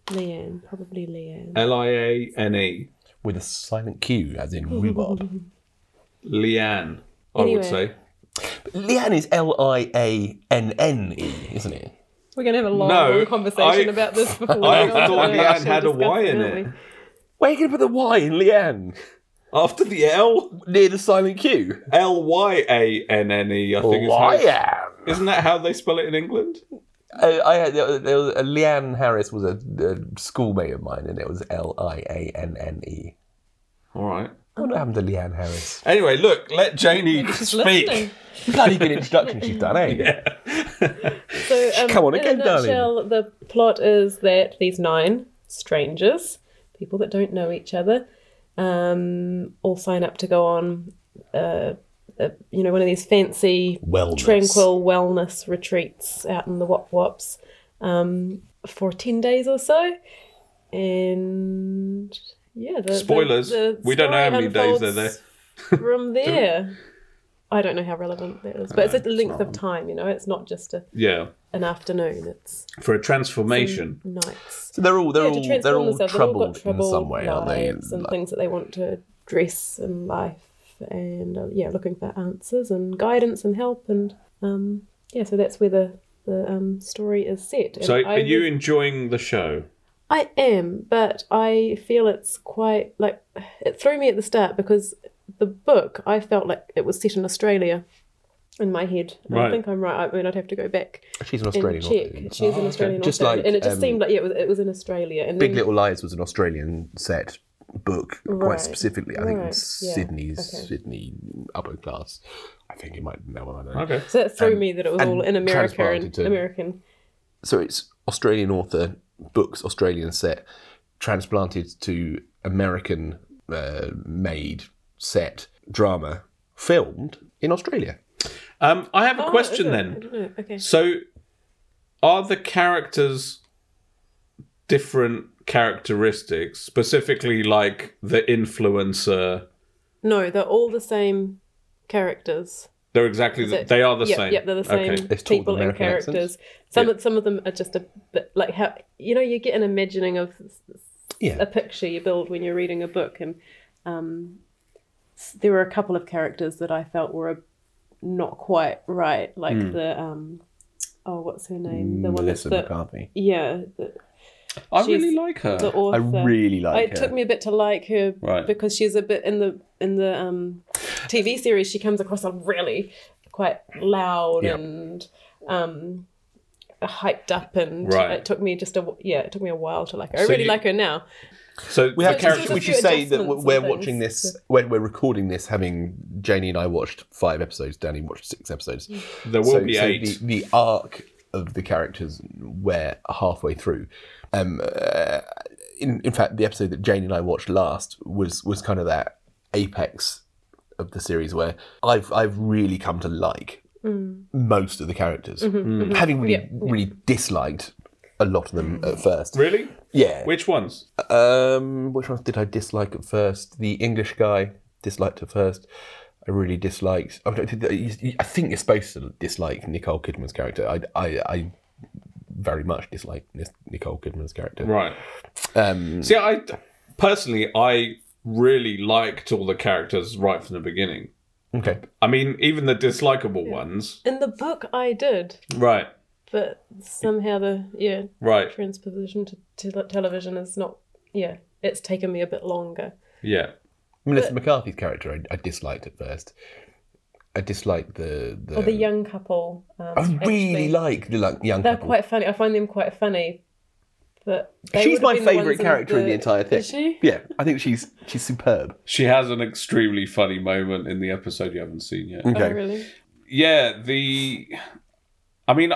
E: Leanne. Probably Leanne.
D: L I A N E.
C: with a silent Q, as in rhubarb.
D: Leanne. I
E: Anyway.
D: would say.
C: Leanne is L I A N N E, isn't it?
E: We're going to have a long,
D: No,
E: long conversation
D: I-
E: about this before we
D: I
E: go on to
D: thought
E: the
D: Leanne
E: actual
D: had a Y
E: discussion,
D: in
E: aren't
D: it.
E: we?
C: Where are you going to put the Y in Leanne?
D: After the L,
C: Near the silent Q.
D: L Y A N N E. I think is how.
C: Leanne.
D: Isn't that how they spell it in England?
C: Uh, I had, there was, there was, uh, Leanne Harris was a, a schoolmate of mine, and it was L I A N N E.
D: All right.
C: What happened to Leanne Harris?
D: Anyway, look, let Janie
E: She's
D: speak.
E: listening.
C: bloody good introduction she's done, eh?
E: So, um,
C: Come on
E: in
C: again,
E: a
C: darling.
E: nutshell, The plot is that these nine strangers, people that don't know each other, um, all sign up to go on, uh, uh, you know, one of these fancy,
C: Wellness.
E: tranquil wellness retreats out in the Wop Wops um, for ten days or so, and yeah, the, the-
D: Spoilers.
E: the
D: We don't know how
E: story
D: many days they're
E: unfolds from there. I don't know how relevant that is, but
D: Uh,
E: it's a length of time. You know, it's not just a
D: Yeah.
E: an afternoon. It's
D: For a transformation.
E: nights.
C: So they're all they're
E: Yeah, to
C: all
E: transform
C: they're all
E: themselves. They've all
C: troubled
E: got troubled
C: in some way, aren't they?
E: lives And
C: Like,
E: things that they want to address in life, and uh, yeah, looking for answers and guidance and help, and um, yeah. So that's where the the um, story is set. And
D: So,
E: I
D: are you
E: would-
D: enjoying the show?
E: I am, but I feel it's quite like it threw me at the start because the book I felt like it was set in Australia. In my head, And I
D: Right.
E: think I'm right. I mean, I'd have to go back
C: she's an
E: and
C: Australian.
E: check.
C: author.
E: She's an Australian
C: Oh, Just
E: author,
C: like,
E: and it just
C: um,
E: seemed like yeah, it was, it was in Australia. And
C: Big
E: then-
C: Little Lies was an Australian set book, quite
E: Right,
C: specifically. I think it was
E: right, yeah,
C: Sydney,
E: okay.
C: Sydney upper class. I think it might no, I don't know.
D: Okay.
E: So that threw
C: and-
E: me that it was
C: and
E: all in America
C: transplanted
E: and
C: to-
E: American.
C: So it's Australian author books, Australian set, transplanted to American uh, made set drama, filmed in Australia.
D: Um, I have a
E: Oh,
D: question
E: is it?
D: then.
E: I don't know. Okay.
D: So, are the characters different characteristics, specifically like the influencer?
E: No, they're all the same characters.
D: They're exactly the,
E: That-
D: they are the
E: yep,
D: same.
E: Yep, they're the same
D: Okay.
C: It's taught
E: people
C: with
E: and
C: American accents.
E: characters. Some of some of them are just a bit like how you know you get an imagining of
C: Yeah.
E: a picture you build when you're reading a book, and um, s- there were a couple of characters that I felt were not quite right, like the um, oh, what's her name? The one that's
C: Hmm. Melissa
E: the
C: McCarthy.
E: yeah, the,
D: I
E: She's-
D: really like her.
E: the author.
C: I really like
E: it
C: her.
E: took me a bit to like her
D: Right.
E: because she's a bit in the in the um, TV series. She comes across as really quite loud
C: Yeah.
E: and um, hyped up, and
D: Right.
E: it took me just a yeah, it took me a while to like her. I
D: So
E: really
D: you-
E: like her now.
D: so
C: we have
E: just-
C: character.
E: just a
C: We
E: few
C: should say that
E: adjustments
C: we're
E: and things.
C: watching this when we're recording this. Having Janie and I watched five episodes. Danny watched six episodes.
E: Mm.
D: there will be eight.
C: The, the arc of the characters we're halfway through. Um, uh, in, in fact, the episode that Jane and I watched last was was kind of that apex of the series where I've I've really come to like
E: Mm.
C: most of the characters,
E: Mm-hmm.
D: Mm-hmm.
C: having really really disliked a lot of them at first.
D: Mm. Really?
C: Yeah.
D: Which ones?
C: Um, which ones did I dislike at first? The English guy disliked at first.
F: I really disliked. I don't- I think you're supposed to dislike Nicole Kidman's character. I, I, I very much dislike Nis- Nicole Kidman's character.
G: Right.
F: Um,
G: See, I personally, I really liked all the characters right from the beginning.
F: okay.
G: I mean, even the dislikable ones.
E: In the book, I did,
G: Right.
E: but somehow the yeah
G: Right.
E: transposition to, to television is not. Yeah, it's taken me a bit longer.
G: Yeah.
F: Melissa McCarthy's character, I, I disliked at first. I disliked the the.
E: Or the young couple. Um,
F: I really
E: actually.
F: like the like, young
E: They're
F: couple.
E: quite funny. I find them quite funny. But they
C: She's
E: would've
C: my
E: been the
C: favourite
E: ones
C: character in the entire thing.
E: Is she?
C: Yeah, I think she's she's superb.
D: She has an extremely funny moment in the episode you haven't seen yet.
E: Oh, really?
D: yeah the i mean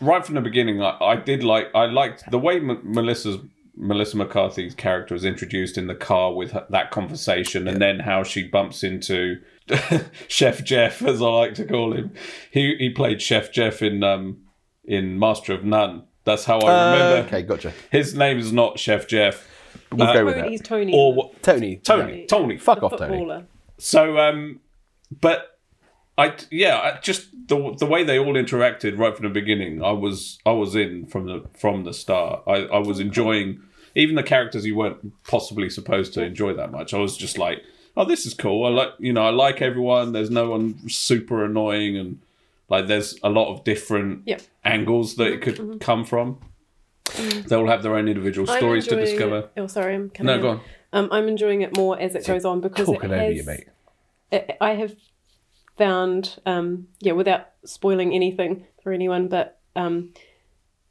D: right from the beginning i, I did like i liked the way M- melissa's melissa mccarthy's character was introduced in the car with her, that conversation and then how she bumps into chef jeff as i like to call him he he played chef jeff in um in master of none that's how i remember
F: Uh, okay, gotcha.
D: his name is not chef jeff
C: We'll
D: Uh,
C: go with
E: Tony-
C: that.
E: He's Tony.
D: or what
F: Tony.
D: tony Oh, tony
F: Fuck
E: the
F: off, Tony.
E: footballer.
D: so, um, but I yeah, I just the the way they all interacted right from the beginning, I was I was in from the from the start. I, I was enjoying even the characters you weren't possibly supposed to enjoy that much. I was just like, oh, this is cool. I like you know I like everyone. There's no one super annoying and like there's a lot of different
E: Yep.
D: angles that
E: Mm-hmm.
D: it could come from. They all have their own individual
E: I'm
D: stories to
E: enjoying
D: discover.
E: Mm. it- Oh, sorry. I'm coming
D: No,
E: in.
D: go on.
E: Um, I'm enjoying it more as it goes on because it
F: Talking over
E: has,
F: you, mate.
E: I- I have found, um, yeah, without spoiling anything for anyone, but um,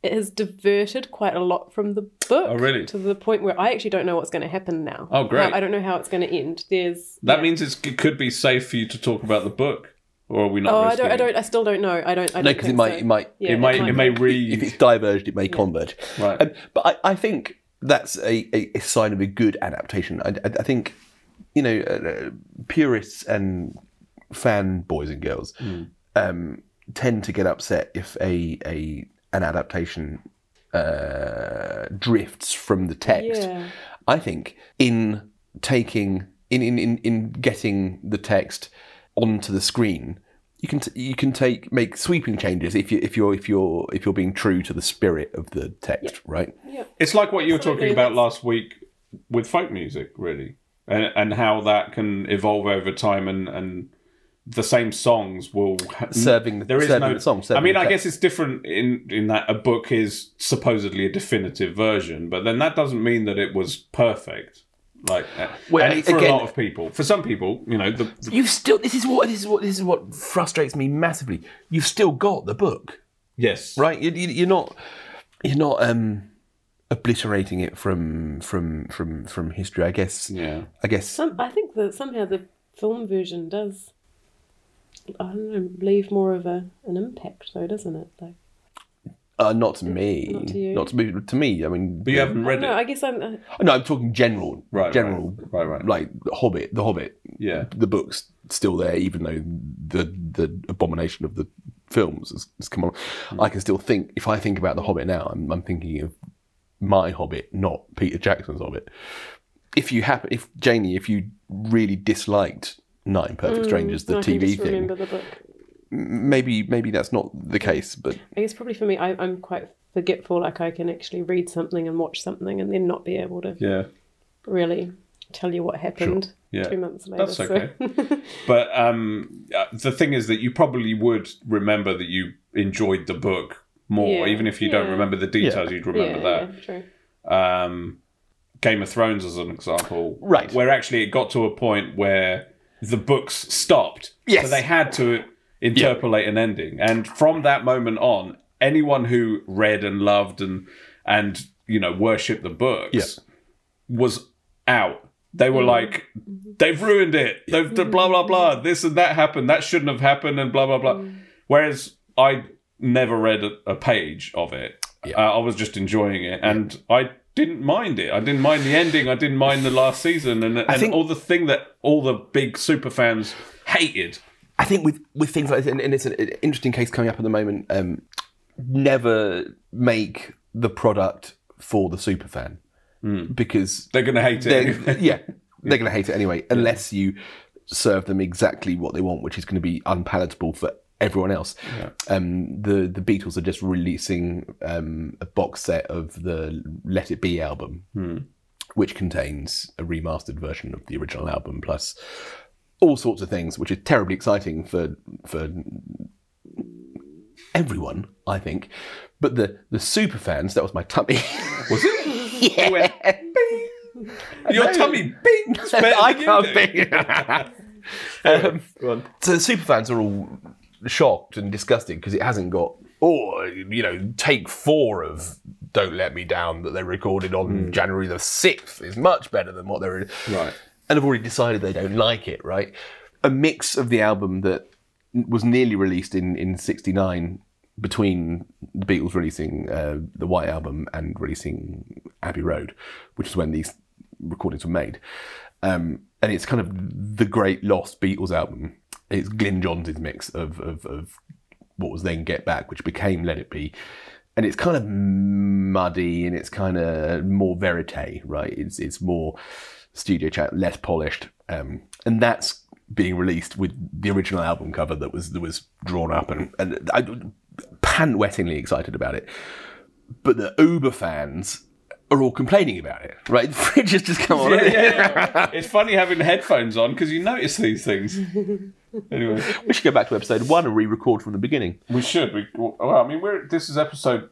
E: it has diverted quite a lot from the book.
D: Oh, really?
E: To the point where I actually don't know what's going to happen now.
D: Oh, great.
E: How- I don't know how it's going to end. There's
D: That
E: yeah.
D: means it's, it could be safe for you to talk about the book, or are we not?
E: Oh, I
D: risking
E: don't. I
D: it?
E: don't. I still don't know. I don't. I
C: No,
E: don't
C: because
E: think
C: it might
E: so.
C: it might
E: Yeah,
D: it might. It may read.
C: if it's diverged, it may converge.
D: Right.
C: Um, but I, I think that's a, a, a sign of a good adaptation. I, I, I think, you know, uh, purists and fan boys and girls
F: Mm.
C: um, tend to get upset if a, a an adaptation uh, drifts from the text.
E: Yeah.
C: I think in taking in in, in, in getting the text onto the screen, you can t- you can take make sweeping changes if you if you're if you're if you're being true to the spirit of the text, right?
D: It's like what you were
E: Absolutely,
D: talking about
E: that's-
D: last week with folk music, really, and and how that can evolve over time, and and the same songs will ha-
C: Serving the- serving the song, serving
D: I mean,
C: the
D: I
C: text.
D: guess it's different in in that a book is supposedly a definitive version, but then that doesn't mean that it was perfect. Like, uh,
C: Well,
D: and for
C: again-
D: a lot of people, for some people, you know, the, the
F: You've still. This is what. This is what. This is what frustrates me massively. You've still got the book,
D: yes,
C: Right? You, you, you're not you're not um, obliterating it from from from from history. I guess.
D: yeah.
C: I guess.
E: Some, I think that somehow the film version does. I don't know. Leave more of a an impact, though, doesn't it? Like,
C: Uh, not to me.
E: Not to you.
C: me. To me. I mean.
D: But you haven't read
E: no,
D: it,
E: I guess I'm. Uh,
C: No, I'm talking general.
D: Right, right.
C: General.
D: Right, right.
C: Like the Hobbit. The Hobbit.
D: yeah.
C: the book's still there, even though the the abomination of the films has, has come on.
D: Hmm.
C: I can still think if I think about the Hobbit now, I'm, I'm thinking of my Hobbit, not Peter Jackson's Hobbit. If you happen, if Janie, if you really disliked Nine Perfect Strangers, the
E: Hmm, I can
C: TV
E: just
C: thing,
E: remember the book.
C: maybe maybe that's not the case, but
E: I guess probably for me, I, I'm quite forgetful. Like I can actually read something and watch something, and then not be able to
D: Yeah,
E: really tell you what happened
D: yeah.
E: two months later.
D: That's
E: so-
D: okay. but um, uh, the thing is that you probably would remember that you enjoyed the book more,
E: Yeah.
D: even if you don't
E: Yeah.
D: remember the details. You'd remember
E: yeah, yeah, true.
D: that. Um, Game of Thrones, as an example,
C: Right.
D: where actually it got to a point where the books stopped.
C: Yes.
D: so they had to interpolate an ending, and from that moment on, anyone who read and loved and and you know worshipped the books was out. They were like, they've ruined it. They've d- blah blah blah. This and that happened. That shouldn't have happened. And blah blah blah. Whereas I never read a, a page of it. Uh, I was just enjoying it, and I didn't mind it. I didn't mind the ending. I didn't mind the last season, and, and
F: think-
D: all the thing that all the big super fans hated.
C: I think with with things like this, and, and it's an interesting case coming up at the moment. Um, never make the product for the superfan because
D: They're gonna hate it.
C: they're, yeah, they're going to hate it anyway, unless you serve them exactly what they want, which is going to be unpalatable for everyone else. Um, the the Beatles are just releasing um, a box set of the Let It Be album, which contains a remastered version of the original album plus all sorts of things, which is terribly exciting for for everyone, I think. But the the super fans, that was my tummy.
H: Was it?
C: yeah.
H: Your tummy beat.
C: I can't be. um, so the superfans are all shocked and disgusted because it hasn't got, or you know, take four of "Don't Let Me Down" that they recorded on January the sixth is much better than what they're
D: Right.
C: and have already decided they don't like it. Right, a mix of the album that was nearly released in in '69 between the Beatles releasing uh, the White Album and releasing Abbey Road, which is when these recordings were made. Um, and it's kind of the great lost Beatles album. It's Glyn Johns' mix of, of, of what was then Get Back, which became Let It Be. And it's kind of muddy and it's kind of more verite, right? It's, it's more studio chat, less polished. Um, and that's being released with the original album cover that was that was drawn up and, and I pan-wettingly excited about it but the Uber fans are all complaining about it, right? The fridge has just come on.
H: Yeah,
C: hasn't it?
H: yeah, yeah. It's funny having headphones on because you notice these things. Anyway,
C: We should go back to episode one and re-record from the beginning.
H: we should. We, well, I mean, we're this is episode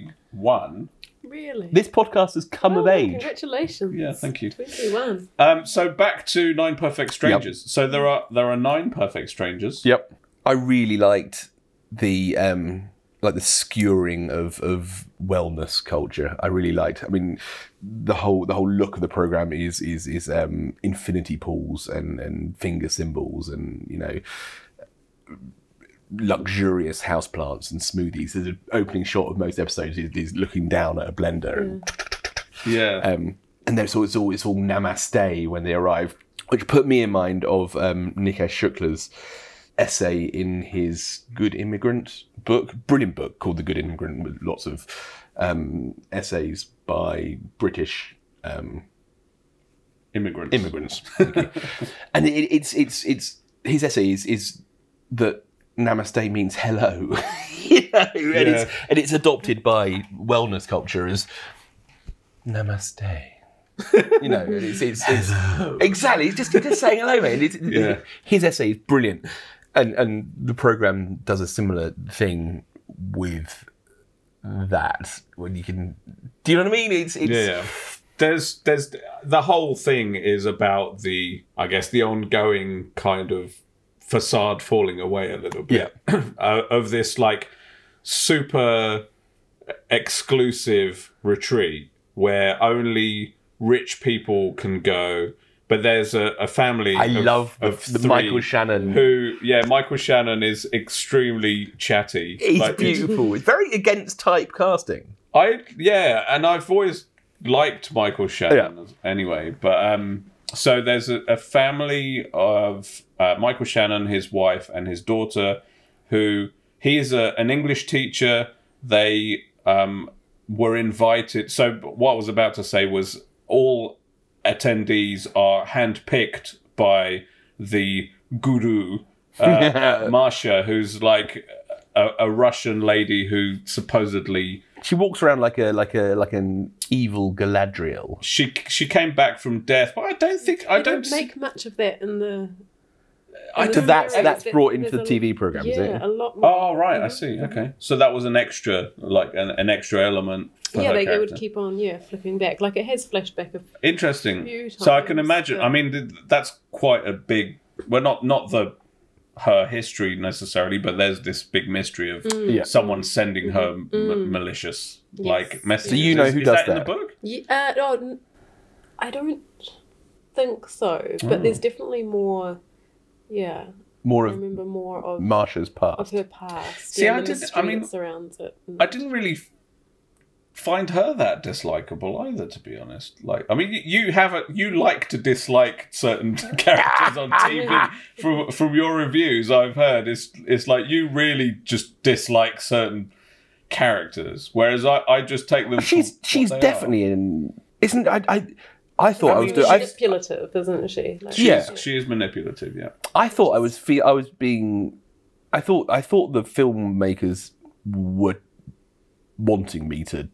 H: twenty-one.
E: Really?
C: This podcast has come
E: Oh,
C: of age.
E: Congratulations.
H: Yeah, thank you.
E: 21.
H: Um, so back to Nine Perfect Strangers. So there are there are nine Perfect Strangers.
C: Yep. I really liked the um like the skewering of of wellness culture. I really liked. I mean, the whole the whole look of the program is is is um infinity pools and and finger symbols and you know luxurious houseplants and smoothies. The opening shot of most episodes is, is looking down at a blender and
H: Yeah.
C: um, and then it's all, it's all it's all namaste when they arrive, which put me in mind of um, Nikesh Shukla's essay in his Good Immigrant book, brilliant book called The Good Immigrant, with lots of um, essays by British um,
H: immigrants.
C: immigrants. and it, it's it's it's his essay is is that namaste means hello, you know, and it's and it's adopted by wellness culture as namaste. you know, and it's, it's, it's exactly. It's just, it's just saying hello, mate. It's,
H: Yeah.
C: His essay is brilliant, and and the program does a similar thing with that when you can. Do you know what I mean? It's it's
D: Yeah, yeah. There's there's the whole thing is about the I guess the ongoing kind of facade falling away a little bit uh, of this like super exclusive retreat where only rich people can go but there's a, a family
C: I
D: of-
C: love the,
D: of
C: the
D: three
C: Michael Shannon
D: who yeah Michael Shannon is extremely chatty
C: He's
D: Like,
C: beautiful. It's very against type casting.
D: I yeah, and I've always liked Michael Shannon as- anyway. But um, so there's a, a family of uh, Michael Shannon, his wife, and his daughter, who he is a, an English teacher. They um, were invited. So what I was about to say was all attendees are handpicked by the guru uh, Marsha, who's like a, a Russian lady who supposedly
C: She walks around like a like a like an evil Galadriel.
D: she she came back from death, but I don't think I
E: They
D: don't.
E: don't
D: see-
E: make much of that in the.
D: I
E: in
D: don't-
C: That's
E: series.
C: that's
E: There-
C: brought into the
E: there's a-
C: TV program, is
E: Yeah,
C: it?
E: a lot more.
D: Oh right, I see.
E: Mm-hmm.
D: Okay, so that was an extra, like an, an extra element. For
E: yeah,
D: her
E: they, they
D: character.
E: would keep on, yeah, flipping back. Like it has flashback of
D: Interesting.
E: few
D: so I can
E: times,
D: imagine.
E: but-
D: I mean, th- that's quite a big. Well, not not the her history necessarily, but there's this big mystery of
E: Mm.
C: Yeah.
D: someone sending
E: Mm-hmm.
D: her m- malicious like messages.
C: Do you know
D: Is-
C: who
D: is
C: does
D: that, in the
C: that?
D: book?
E: Ye- Uh, no, n- I don't think so, but there's definitely more. Yeah,
C: More
E: I
C: of
E: remember more of
C: Marsha's
E: of
C: past.
E: her past.
D: See,
E: yeah,
D: I
E: and the
D: didn't- I
E: mystery
D: mean-
E: that surrounds it. Mm.
D: I didn't really f- find her that dislikable either, to be honest. Like, I mean, y- you have a you like to dislike certain characters on TV from from your reviews. I've heard it's it's like you really just dislike certain characters, whereas I I just take them. for
C: She's
D: what
C: she's
D: they are.
C: definitely in. Isn't I I I thought I was doing. I,
E: manipulative, isn't she? Like,
C: yeah,
D: She is manipulative, yeah.
C: I thought I was fe- I was being I thought I thought the filmmakers were wanting me to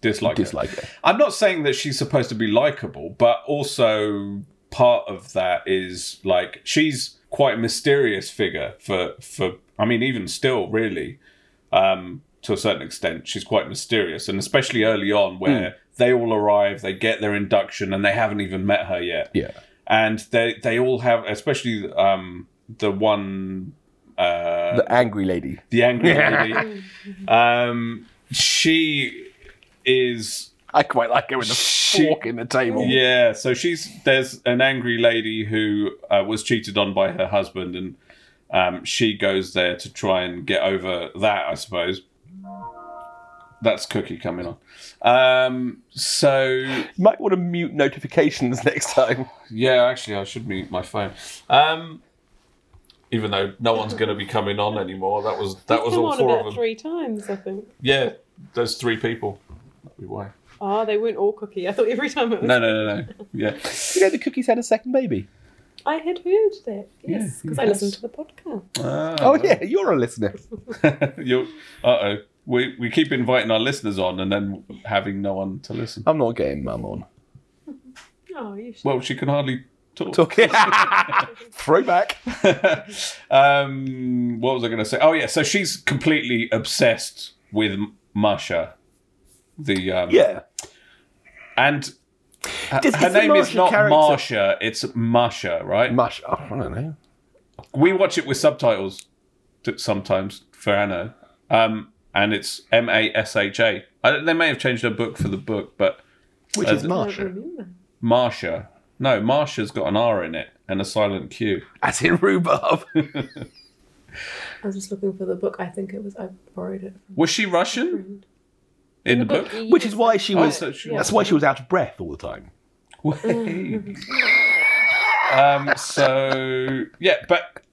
D: Dislike. her.
C: dislike her.
D: I'm not saying that she's supposed to be likable, but also part of that is like she's quite a mysterious figure for for I mean even still really um to a certain extent she's quite mysterious and especially early on where they all arrive they get their induction and they haven't even met her yet
C: Yeah.
D: and they they all have especially um the one uh
C: The angry lady.
D: the angry lady um she is
C: I quite like her with the
D: She-
C: fork in the table.
D: yeah, so she's there's an angry lady who uh, was cheated on by her husband, and um, she goes there to try and get over that, I suppose. That's Cookie coming on. Um, so
C: You might want to mute notifications next time.
D: yeah, actually, I should mute my phone. Um, even though no one's going to be coming on anymore, that was that was
E: come
D: all
E: on
D: four
E: about
D: of them.
E: three times, I think.
D: Yeah, there's three people. That'd be why.
E: Ah, they weren't all cookie. I thought every time it was.
D: No, no, no, no. Yeah.
C: You know, the cookies had a second baby.
E: I had heard that. Yes, because I listened to the podcast.
C: Oh, yeah, you're a listener.
D: you uh oh. We we keep inviting our listeners on and then having no one to listen.
C: I'm not getting mum on.
E: Oh, you should.
D: Well, she can hardly talk.
C: Okay. Throwback.
D: um, what was I going to say? Oh yeah, so she's completely obsessed with M- Masha. The um,
C: Yeah.
D: and her,
C: Does-
D: her
C: is the
D: name is
C: Marsha
D: not
C: character-
D: Marsha. It's Masha, right?
C: Mush. Oh, I don't know.
D: we watch it with subtitles t- sometimes for Anna, um, and it's M A S H A. I- They may have changed her book for the book, but
C: Which
D: Uh,
C: is
D: the-
E: I don't
C: Marsha.
E: remember.
D: Marsha. No, Marsha's got an R in it and a silent Q.
C: As in rhubarb.
E: I was just looking for the book. I think it was. I borrowed it from
D: Was she
E: a
D: Russian
E: friend.
D: in the book?
C: Which is why she
D: Oh,
C: was.
D: so she-
C: that's why she was out of breath all the time.
D: um, so yeah, but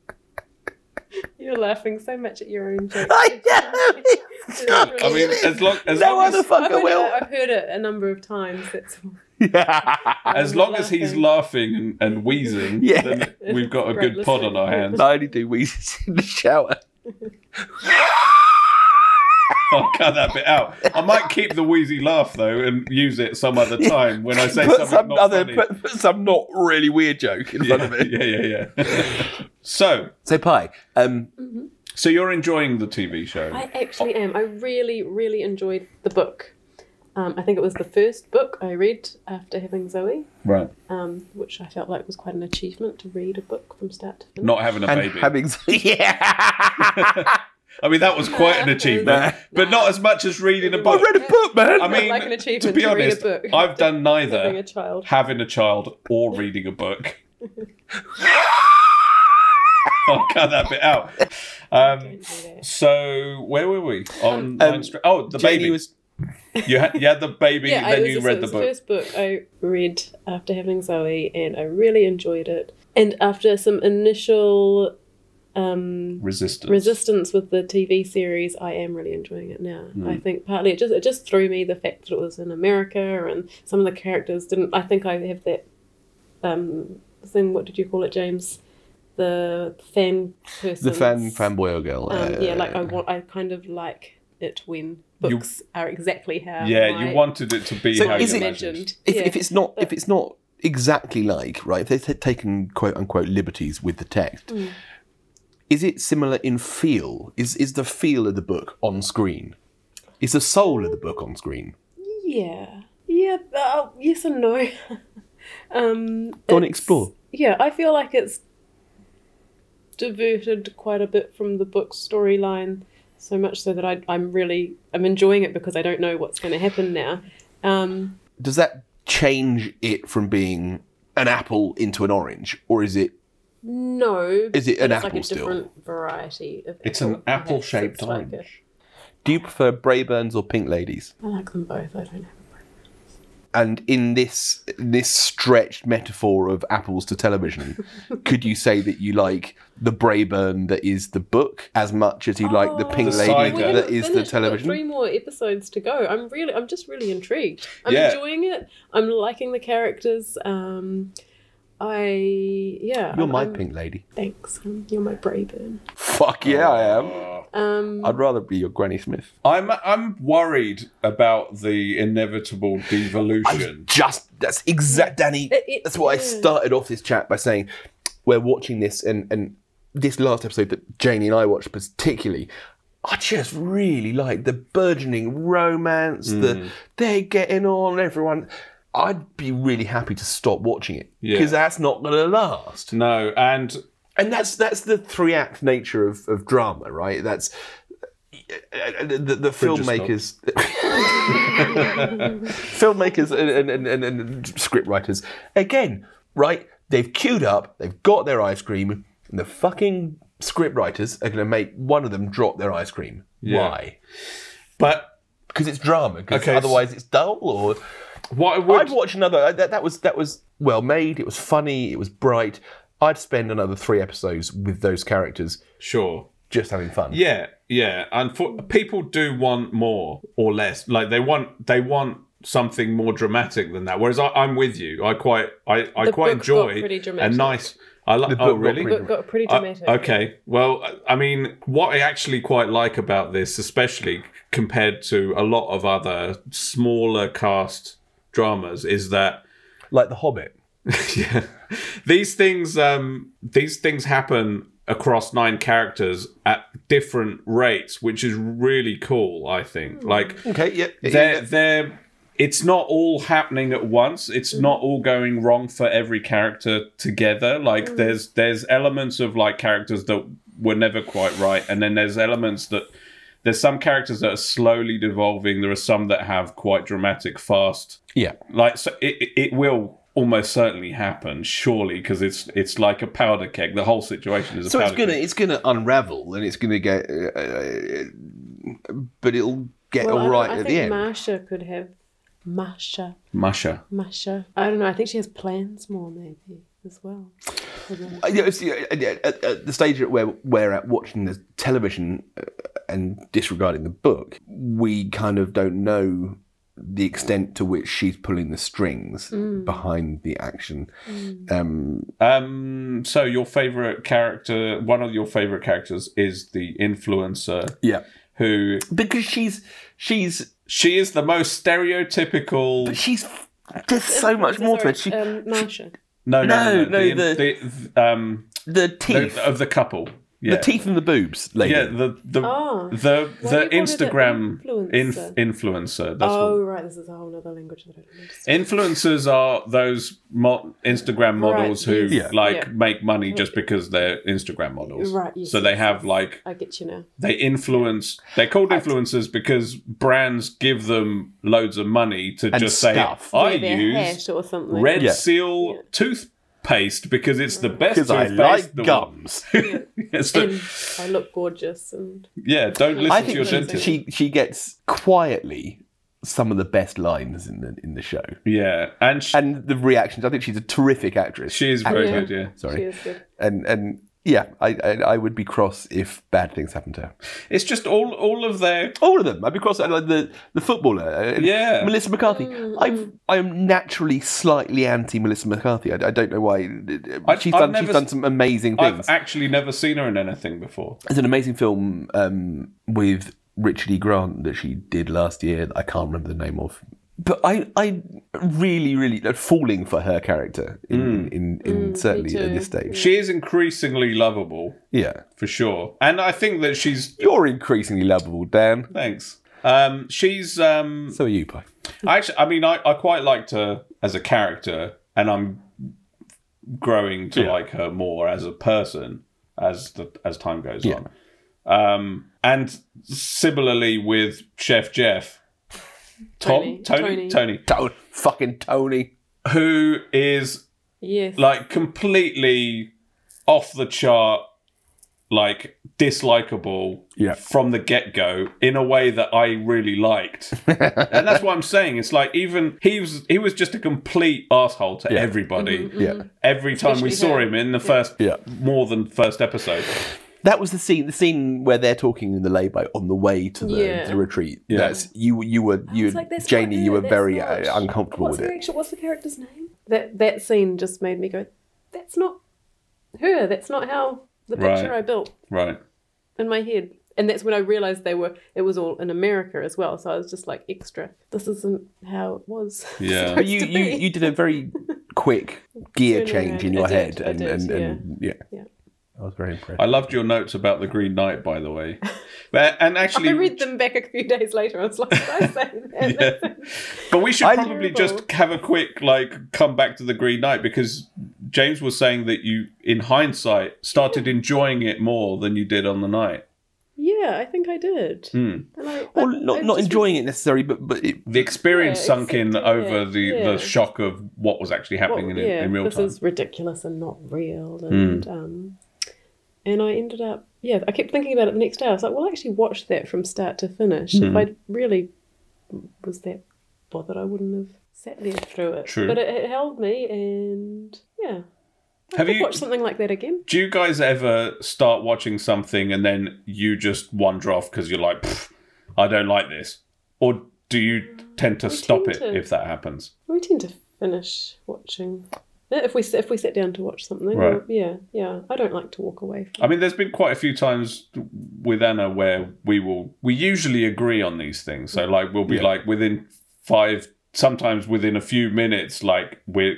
E: You're laughing so much at your own joke.
C: I know.
D: I mean, as long as
C: no
D: long
C: other
E: I've
D: as,
C: fucker
E: heard,
C: will.
E: it, I've heard it a number of times. That's all.
C: Yeah.
D: as long as he's laughing and, and wheezing,
C: Yeah.
D: then we've got a
E: Great
D: good pod on our
E: listening.
D: hands.
C: I only do wheezes in the shower.
D: I'll cut that bit out. I might keep the wheezy laugh though and use it some other time when I say
C: Put
D: something
C: some
D: not
C: other,
D: funny.
C: put, put some not really weird joke in front of it.
D: yeah, yeah, yeah. so,
C: So pie. Um,
D: so you're enjoying the TV show?
E: I actually am. I really, really enjoyed the book. Um, I think it was the first book I read after having Zoe,
D: right.
E: um, which I felt like was quite an achievement to read a book from start to finish.
D: Not having a
C: and
D: baby.
C: having yeah.
D: I mean, that was quite an
E: Nah.
D: achievement,
C: Nah.
D: but not as much as reading a
C: I
D: book.
C: read a book, man.
D: I mean,
E: like an achievement
D: to be
E: to read a
D: honest,
E: book.
D: I've done
E: having a
D: neither
E: child.
D: having a child or reading a book. I'll cut that bit out. Um,
E: Don't do that.
D: so where were we? On
C: Um,
D: Nine Stra- oh, the
C: Jenny
D: baby.
C: was
D: you, had, you had the baby,
E: Yeah, I
D: then
E: was
D: you
E: just- it
D: read the
E: was
D: book.
E: first book I read after having Zoe, and I really enjoyed it. And after some initial um,
D: Resistance.
E: resistance with the TV series, I am really enjoying it now.
D: Hmm.
E: I think partly it just it just threw me the fact that it was in America and some of the characters didn't. I think I have that um, thing. What did you call it, James? The fan person.
C: the fan fanboy or girl.
E: Um,
C: uh,
E: yeah, like I want. I kind of like it when books are exactly how.
D: yeah, you
E: I
D: wanted it to be
C: So
D: how
C: is
D: you
C: it-
D: imagined.
E: imagined.
C: if,
E: yeah.
C: if it's not if
E: but-
C: it's not exactly like right if they've t- taken quote unquote liberties with the text
E: Mm.
C: is it similar in feel is is the feel of the book on screen is the soul of the book on screen
E: yeah, yeah, uh, yes and no. um,
C: go on
E: it's-
C: explore
E: Yeah, I feel like it's diverted quite a bit from the book storyline, so much so that I, I'm really I'm enjoying it because I don't know what's going to happen now. Um,
C: does that change it from being an apple into an orange or is it
E: no,
C: Is it an
E: it's like
C: apple
E: a
C: still?
E: different variety of.
D: It's an
E: perhaps.
D: apple-shaped
E: It's like a-
D: orange.
C: do you prefer brayburns or pink ladies
E: I like them both. I don't have.
C: and in this this stretched metaphor of apples to television, could you say that you like the Brayburn that is the book as much as you like the Pink
D: The
C: Lady
D: cider.
C: that is the
E: Oh. finished. We've got
C: television?
E: Three more episodes to go. I'm really, I'm just really intrigued. I'm
D: Yeah.
E: enjoying it. I'm liking the characters. Um, I yeah.
C: You're
E: I'm-
C: my
E: I'm-
C: Pink Lady.
E: Thanks. Um, You're my Brayburn.
C: Fuck yeah, I am.
E: Um,
C: I'd rather be your Granny Smith.
D: I'm I'm worried about the inevitable devolution.
C: Just that's exact, Danny.
E: It- it-
C: that's why I
E: yeah.
C: started off this chat by saying we're watching this, and and this last episode that Janie and I watched particularly. I just really like the burgeoning romance. The they're getting on everyone. I'd be really happy to stop watching it
D: Yeah.
C: because that's not going to last.
D: no, and
C: And that's that's the three act nature of, of drama, right? That's uh, the, the, the filmmakers, filmmakers, and, and, and, and, and script writers. Again, right? They've queued up. They've got their ice cream, and the fucking script writers are going to make one of them drop their ice cream. Why?
D: but
C: Because it's drama. Because
D: Okay, so-
C: otherwise, it's dull. Or
D: what I
C: I'd
D: would
C: watch another. uh, That, that was that was well made. It was funny. It was bright. I'd spend another three episodes with those characters
D: sure.
C: just having fun.
D: Yeah, yeah. And for, people do want more or less. Like they want they want something more dramatic than that. Whereas I, I'm with you. I quite I, I
E: The
D: quite
E: book got
D: enjoy
E: pretty
D: a
E: dramatic.
D: nice. I like.
C: book
D: Oh
C: got
D: really?
C: pretty
E: got, got pretty
D: Uh,
E: dramatic.
D: okay. Well, I- I mean, what I actually quite like about this, especially compared to a lot of other smaller cast dramas, is that
C: Like The Hobbit.
D: yeah, these things um, these things happen across nine characters at different rates, which is really cool. I think like
C: Okay, yeah.
D: they're they're it's not all happening at once it's not all going wrong for every character together like there's there's elements of like characters that were never quite right and then there's elements that there's some characters that are slowly devolving there are some that have quite dramatic fast
C: yeah.
D: like so it, it- it will almost certainly happen surely because it's it's like a powder keg the whole situation is a
C: So
D: powder
C: it's gonna
D: keg.
C: it's gonna unravel and it's gonna get, uh, uh, but it'll get
E: Well, I
C: all
E: don't-
C: right
E: I
C: at
E: think
C: the end.
E: Masha could have. Masha.
D: masha
E: Masha. I don't know. I think she has plans more maybe as well. For them.
C: Uh, yeah, see, uh, yeah, at, at the stage where we're at watching the television uh, and disregarding the book, we kind of don't know the extent to which she's pulling the strings
E: Mm.
C: behind the action. Um,
D: um so your favorite character one of your favorite characters is the influencer
C: yeah,
D: who
C: because she's she's
D: she is the most stereotypical.
C: she's there's so much more to it. She,
E: Sorry, um, Masha.
D: No, no, no,
C: No, no,
D: the, the- um
C: the
D: the-
C: teeth,
D: of the couple. Yeah.
C: the teeth and the boobs, lady.
D: Yeah, the the
E: Oh.
D: the,
E: Why do
D: the
E: you call it an
D: Instagram
E: influencer?
D: influencer. Inf- influencer that's
E: Oh,
D: what.
E: right. This is a whole other language that I don't understand.
D: Influencers are those mo- Instagram models who
E: yes. Yeah.
D: like
E: Yeah.
D: make money just because they're Instagram models.
E: Right, yes,
D: so they
E: yes,
D: have
E: yes.
D: like
E: I get you now.
D: they influence they're called influencers because brands give them loads of money to
C: And
D: just
C: stuff.
D: say I
E: Yeah, their
D: use
E: hat or something.
D: red
C: Yeah.
D: seal
E: Yeah. Mm.
D: toothpaste because it's the best
C: because I
D: toothpaste.
C: like
D: the
C: gums.
D: one- It's the-
E: And I look gorgeous and
D: yeah, don't listen
C: I
D: to your
C: think she,
D: dentist.
C: she she gets quietly some of the best lines in the in the show
D: yeah, and, she,
C: and the reactions. I think she's a terrific actress.
D: she is very
E: Yeah.
D: good. Yeah,
E: she
C: Sorry,
E: is good.
C: and and yeah, I, I I would be cross if bad things happened to her.
D: it's just all all of their
C: All of them, I'd be cross. and, Like the the footballer, uh,
D: Yeah.
C: Melissa McCarthy.
E: Mm.
C: I I am naturally slightly anti Melissa McCarthy. I, I don't know why.
D: I've
C: she's done
D: never
C: she's done
D: s-
C: some amazing things.
D: I've actually never seen her in anything before.
C: There's an amazing film um, with Richard E. Grant that she did last year. that I can't remember the name of. But I, I really, really uh, falling for her character in, in, in, in certainly at
E: Hmm, too.
C: this stage.
D: She is increasingly lovable
C: Yeah,
D: for sure, and I think that she's
C: you're increasingly lovable, Dan.
D: thanks. Um, she's um,
C: So are you, Pi.
D: I actually, I mean, I, I quite liked her as a character, and I'm growing to like her more as a person as the as time goes on. Um, and similarly with Chef Jeff, Tom Tony Tony,
E: Tony.
C: Tony, fucking Tony.
D: who is
E: Yes.
D: like completely off the chart, like dislikable
C: Yeah.
D: from the get go in a way that I really liked, and that's what I'm saying. It's like even he was he was just a complete asshole to everybody.
C: Yeah.
D: Every time we
E: Especially
D: saw
E: her.
D: him in the first,
C: Yeah.
D: more than first episode,
C: That was the scene. The scene where they're talking in the lay-by on the way to the,
E: Yeah.
C: the retreat.
D: Yeah.
C: That's you. You were you,
E: It's like, that's
C: Janie.
E: not
C: You
E: it,
C: were
E: that's
C: very
E: not-
C: uh, uncomfortable
E: what's
C: with
E: the
C: it.
E: Actual, what's the character's name? That that scene just made me go, that's not her. That's not how the picture
D: Right.
E: I built
D: right?
E: in my head. And that's when I realised they were. It was all in America as well. So I was just like, extra. This isn't how it was.
D: Yeah.
C: But you, you you did a very quick gear
E: Turning
C: change in
E: around.
C: your
E: I did,
C: head,
E: I
C: and
E: did,
C: and, and yeah.
E: Yeah.
C: I was very impressed.
D: I loved your notes about the Green Knight, by the way. But, and actually,
E: I read them back a few days later. I was like, did I say that?
D: Yeah. But we should
C: I-
D: probably
E: Terrible.
D: just have a quick like come back to the Green Knight because James was saying that you, in hindsight, started enjoying it more than you did on the night.
E: Yeah, I think I did.
D: Hmm.
E: And I-
C: Mm. Well,
E: I- I
C: not not
E: just-
C: enjoying it necessarily, but but it,
D: The experience
E: Yeah,
D: sunk in
E: except, yeah,
D: over the,
E: yeah.
D: the shock of what was actually happening
E: Well,
D: in, in real
E: this
D: time. Hmm.
E: is ridiculous and not real. And um, and I ended up, yeah, I kept thinking about it the next day. I was like, well, I actually watched that from start to finish.
D: Hmm.
E: If I really was that bothered, I wouldn't have sat there through it.
D: True.
E: But it, it held me, and yeah. I
D: Have
E: could
D: you-
E: watch something like that again?
D: Do you guys ever start watching something and then you just wander off because you're like, "Pff, I don't like this, or do you tend to stop
E: Mm, tend
D: it
E: to.
D: if that happens?
E: We tend to finish watching. If we s- if we sit down to watch something,
D: Right.
E: yeah, yeah, I don't like to walk away. From
D: I mean, there's been quite a few times with Anna where we will we usually agree on these things. So like we'll be like within five, sometimes within a few minutes, like we're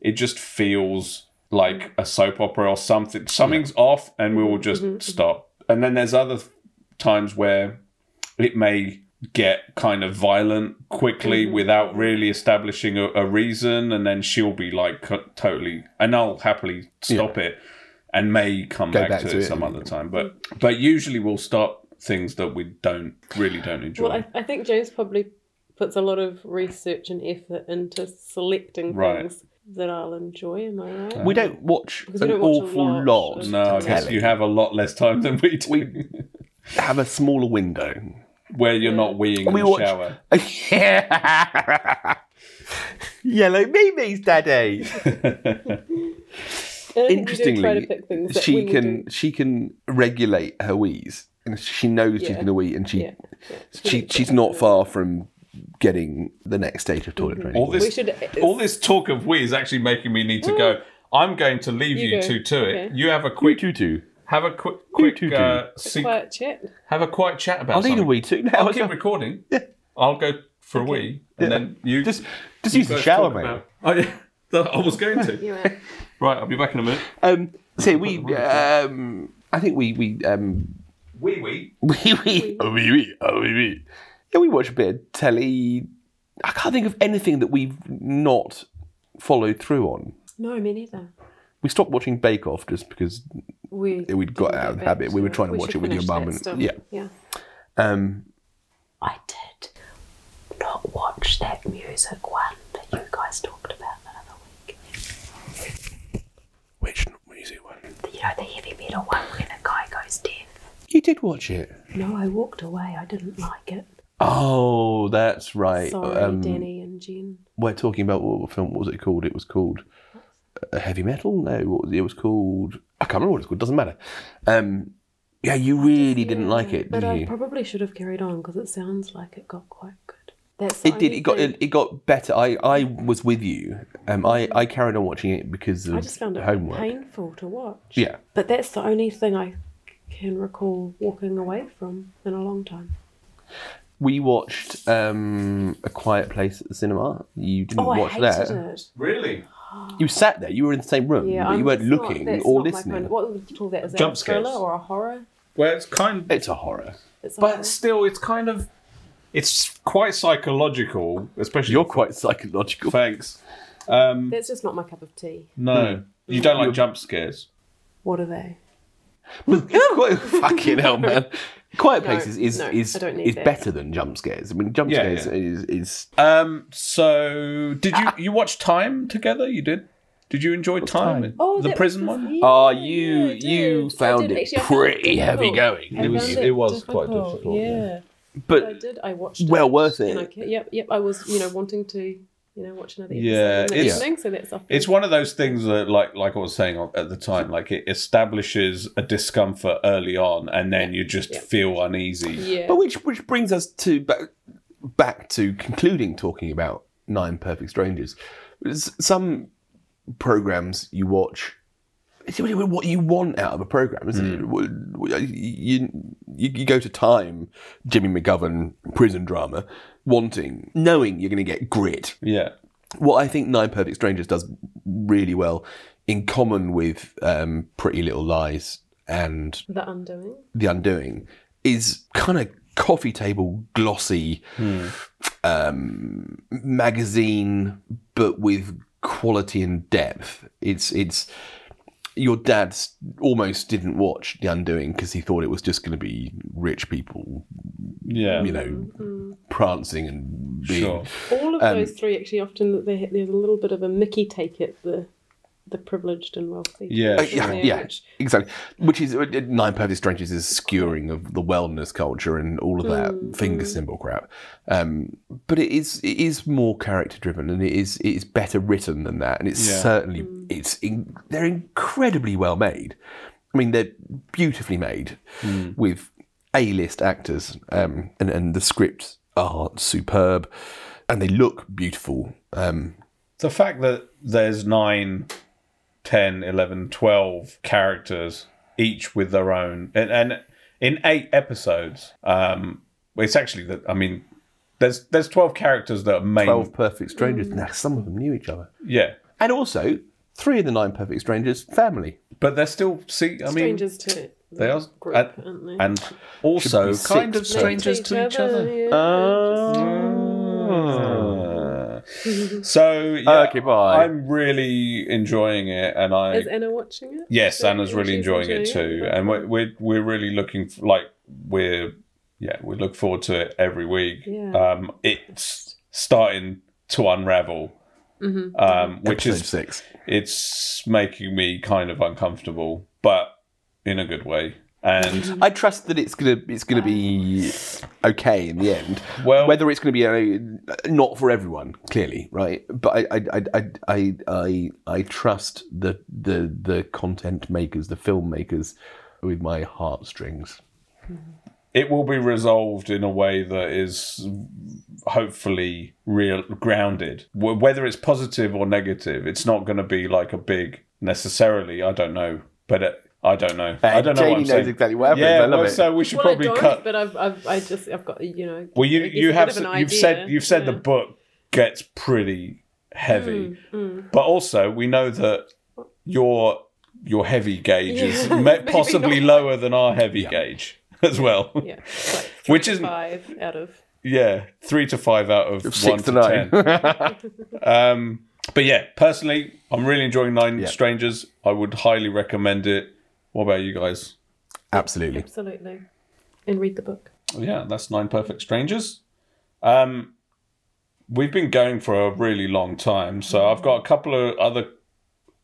D: it just feels like a soap opera or something. Something's off, and we will just stop. And then there's other times where it may get kind of violent quickly without really establishing a, a reason, and then she'll be like co- totally, and I'll happily stop it and may come
C: Go
D: back,
C: back
D: to,
C: to
D: it
C: it.
D: some other time. But
E: Mm.
D: but usually we'll stop things that we don't really don't enjoy.
E: Well, I, I think James probably puts a lot of research and effort into selecting
D: Right.
E: things that I'll enjoy. Am I right?
C: we don't watch
E: Because we
C: an
E: don't watch a
C: awful
E: lot
C: lot.
E: of
D: no, I
C: to
D: guess
C: telly.
D: you have a lot less time than we do,
C: Have a smaller window.
D: where you're not weeing in
C: We
D: the
C: watch-
D: shower.
C: yeah. Yellow memes, daddy.
E: And I think we do try to
C: Interestingly,
E: pick things that
C: she
E: we will
C: can
E: do.
C: she can regulate her wheeze, and she knows she's
E: Yeah.
C: going to wee, and she
E: Yeah, yeah.
C: she she's not far from getting the next stage of
E: Mm-hmm.
C: toilet training.
D: All this,
E: We should- uh,
D: all this talk of we is actually making me need to go. I'm going to leave
E: Mm. You
D: you,
E: go.
D: two to it.
E: Okay.
D: You have a quick,
C: You too.
D: have a quick, quick,
C: two, two.
D: uh, sec-
E: Quiet chat.
D: have a quiet chat about.
C: I need a
D: something.
C: wee too now.
D: I'll
C: as well.
D: keep recording. I'll go for a wee, and
C: Yeah.
D: then you
C: Just just
D: you
C: use the
D: guys
C: shower,
D: talk
C: mate.
D: about- Oh yeah, that I was going to. Right, I'll be back in a minute.
C: Um, so we um, I think we we um,
D: Wee wee.
C: Wee wee. Oh, wee wee. Oh, wee wee. Yeah, we watch a bit of telly. I can't think of anything that we've not followed through on.
E: No, me neither.
C: We stopped watching Bake Off just because
E: We
C: Yeah, we'd got
E: didn't
C: out
E: go
C: of the
E: back
C: habit. We were trying to watch
E: should
C: it with your
E: finish
C: mum
E: that
C: and-
E: stuff.
C: yeah.
E: yeah.
C: um,
E: I did not watch that music one that you guys talked about the other week.
C: which music one?
E: You know, the heavy metal one where the guy goes deaf.
C: You did watch it.
E: No, I walked away. I didn't like it.
C: Oh, that's right.
E: Sorry,
C: Um,
E: Danny and Jen.
C: We're talking about what film what was it called? It was called uh, Heavy Metal. No, what was it? it was called. I can't remember what it's called. Doesn't matter. Um, yeah, you really didn't like it, did
E: But
C: you?
E: I probably should have carried on because it sounds like it got quite good. That's the
C: It did.
E: only
C: It got
E: thing.
C: it, got better. I, I was with you. Um, I, I carried on watching it because of
E: I just found it
C: homework.
E: painful to watch.
C: Yeah,
E: But that's the only thing I can recall walking away from in a long time.
C: we watched um, a Quiet Place at the cinema. You didn't
E: oh, I
C: watch
E: hated
C: that.
E: it.
D: Really?
C: You sat there. You were in the same room,
E: Yeah,
C: but
E: I'm-
C: you weren't
E: it's not-
C: looking
E: that's
C: or
E: not my
C: listening.
E: kind of- what would you call that? Is that
D: Jump
E: a thriller
D: scares.
E: or a horror?
D: Well, it's kind,
C: It's a horror.
E: It's a horror.
D: but still, it's kind of, it's quite psychological, especially.
C: You're quite psychological.
D: thanks. Um,
E: that's just not my cup of tea.
D: no, you don't like jump scares.
E: What are they?
C: Quite- fucking hell, man. Quiet
E: No,
C: Places is
E: no,
C: is
E: I don't need
C: is
E: that.
C: better than jump scares. I mean, jump
D: Yeah, Uh,
C: scares
D: yeah.
C: is is
D: Ah. Um, so did you you watch Time together? You did. Did you enjoy time?
C: Time?
E: Oh,
D: the
E: that
D: prison
E: was the-
D: one?
E: yeah,
I: Oh,
E: yeah,
I: you-
E: I did.
I: you
E: I
I: found
E: did
I: it
E: actually, I found
I: pretty heavy
E: difficult.
I: going.
E: I
I: It was-
E: found
I: it was quite difficult, yeah.
E: Yeah, I
I: But
E: did. I watched.
I: well
E: it,
I: worth
E: and I
I: it.
E: ca- yep, yep. I was, you know, wanting to, you know, watch another episode
D: Yeah,
E: in the
D: it's-
E: evening, so that's off.
D: It's one of those things that, like, like I was saying at the time, like it establishes a discomfort early on, and then you just
E: Yeah.
D: feel uneasy.
E: Yeah.
C: But which which brings us to back, back to concluding talking about Nine Perfect Strangers. S- Some programs you watch, it's really what you want out of a program, isn't it? W- w- You, you you go to time, Jimmy McGovern prison drama, wanting, knowing you're going to get grit.
D: Yeah,
C: What I think Nine Perfect Strangers does really well, in common with um, Pretty Little Lies and
E: the undoing.
C: the Undoing is kind of coffee table glossy
D: Hmm.
C: um, magazine, but with quality and depth. It's it's your dad s- almost didn't watch The Undoing because he thought it was just going to be rich people,
D: yeah,
C: you know, prancing and being.
D: sure.
E: All
I: Um,
E: of those three actually often they, there's a little bit of a Mickey take it the the privileged and wealthy.
D: Yeah,
C: Uh,
E: in
C: yeah,
E: there,
C: yeah,
E: which-
C: exactly. Which is uh, Nine Perfect Strangers is skewering of the wellness culture and all of that finger symbol crap. Um, but it is it is more character driven and it is it is better written than that. And it's
D: Yeah.
C: certainly it's in, they're incredibly well made. I mean, they're beautifully made with A list actors, um, and and the scripts are superb, and they look beautiful. Um,
D: The fact that there's 9, 10, 11, 12 characters, each with their own, and, and in eight episodes, um, it's actually that. I mean, there's there's 12 characters that are main.
C: Twelve Perfect Strangers. Now some of them knew each other.
D: Yeah,
C: And also, three of the nine perfect strangers, family.
D: but they're still. See, I mean,
E: strangers to
D: they are,
E: group, aren't they?
D: and, and also
C: Should be
D: kind
C: six,
D: of
C: but-
D: strangers to each other. Uh, so yeah,
C: Okay, bye.
D: I'm really enjoying it, and I
E: Is Anna watching it?
D: Yes,
E: So
D: Anna's really
E: she's
D: enjoying it
E: enjoying
D: too,
E: it?
D: and we're we're, we're really looking f like we're yeah we look forward to it every week.
E: Yeah.
D: Um, it's starting to unravel,
E: Mm-hmm.
D: um, which
C: Episode
D: is
C: six.
D: it's making me kind of uncomfortable, but in a good way. And
C: I trust that it's gonna it's gonna be okay in the end.
D: Well-
C: whether it's gonna be uh, not for everyone, clearly, right? But I I, I, I, I, I I trust the the the content makers, the filmmakers, with my heartstrings.
D: it will be resolved in a way that is hopefully real grounded Wh- whether it's positive or negative it's not going to be like a big necessarily i don't know but it, i don't know i don't know
C: Janie
D: what i'm
C: knows
D: saying
C: exactly what happens.
D: yeah
C: I love
D: well,
C: it.
D: so we should
E: Well,
D: probably
E: I don't,
D: cut
E: but I've, I've, I just, I've got, you know.
D: well you
E: it gives
D: you
E: a bit
D: have
E: of an
D: s- you've
E: idea, Mm.
D: said you've said
E: yeah. Hmm.
D: the book gets pretty heavy
E: Mm,
D: but also we know that your your heavy gauge is
E: Yeah,
D: me-
E: maybe
D: possibly lower than our heavy gauge as well
E: Yeah, it's like
D: Which
E: three to
D: isn't-
E: five out of.
D: Yeah, three to five out of
C: Six
D: one
C: to
D: to,
C: nine.
D: ten. um, but yeah, personally, I'm really enjoying Nine
C: Yeah.
D: Strangers. I would highly recommend it. What about you guys?
C: Absolutely.
E: Absolutely, and read the book.
D: Yeah, that's Nine Perfect Strangers. Um, we've been going for a really long time, so I've got a couple of other,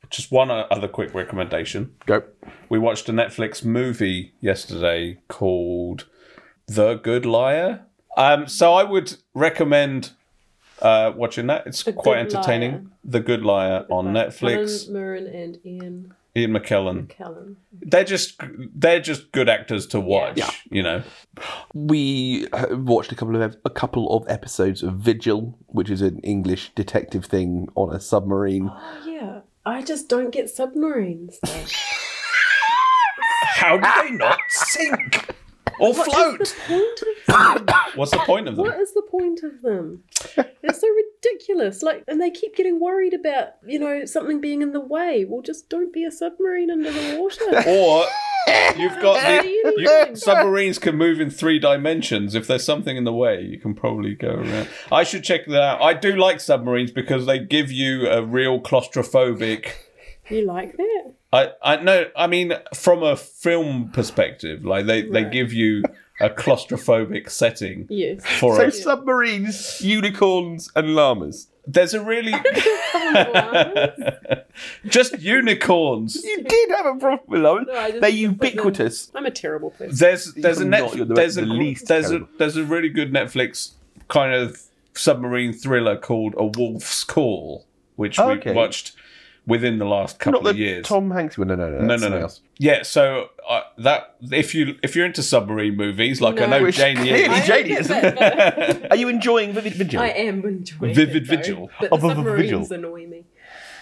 D: just one o- other quick recommendation.
C: Go.
D: We watched a Netflix movie yesterday called The Good Liar. Um, so I would recommend uh, watching that. It's quite
E: Good
D: entertaining.
E: Liar.
D: The Good Liar on Netflix.
E: Helen Mirren and Ian
D: Ian McKellen.
E: McKellen.
D: They're just they're just good actors to watch.
C: Yeah.
D: You know.
C: we uh, watched a couple of ep- a couple of episodes of Vigil, which is an English detective thing on a submarine.
E: Oh yeah, I just don't get submarines. though.
D: How do they not sink or
E: What is
D: float?
E: the point of them?
D: What's the point of them?
E: What is the point of them? They're so ridiculous. Like, and they keep getting worried about you know something being in the way. Well, just don't be a submarine under the water.
D: Or you've got
E: What
D: the
E: are you
D: you,
E: doing?
D: submarines can move in three dimensions. If there's something in the way, you can probably go around. I should check that out. I do like submarines because they give you a real claustrophobic.
E: You like that?
D: I I no, I mean from a film perspective, like they they
E: Right.
D: give you a claustrophobic setting
E: Yes.
D: for
C: So
D: it.
C: submarines, unicorns, and llamas.
D: There's a really
E: no,
D: just unicorns.
C: You did have a problem with those.
E: I
C: They're
E: just put them-
C: ubiquitous.
E: I'm a terrible person.
D: There's there's a
C: You're
D: net,
C: not- you're the-
D: there's a
C: the
D: gr-
C: least
D: there's
C: terrible.
D: a there's a really good Netflix kind of submarine thriller called A Wolf's Call, which
C: Oh,
D: we
C: okay.
D: watched within the last couple
C: Not the
D: of years.
C: Tom Hanks one. No, no, no.
D: no,
C: that's
D: no,
C: something
D: no.
C: else.
D: Yeah, so uh, that if you if you're into submarine movies, like I
E: No.
D: know
E: Which
D: Janie
C: clearly
E: I
D: is,
E: am
C: Janie
E: a
C: is-
E: bit better.
C: Are you enjoying Vivid Vigil?
E: I am enjoying
D: Vivid
E: it, though,
D: Vigil.
E: But the
C: Of a
E: submarines
C: vigil.
E: annoy me.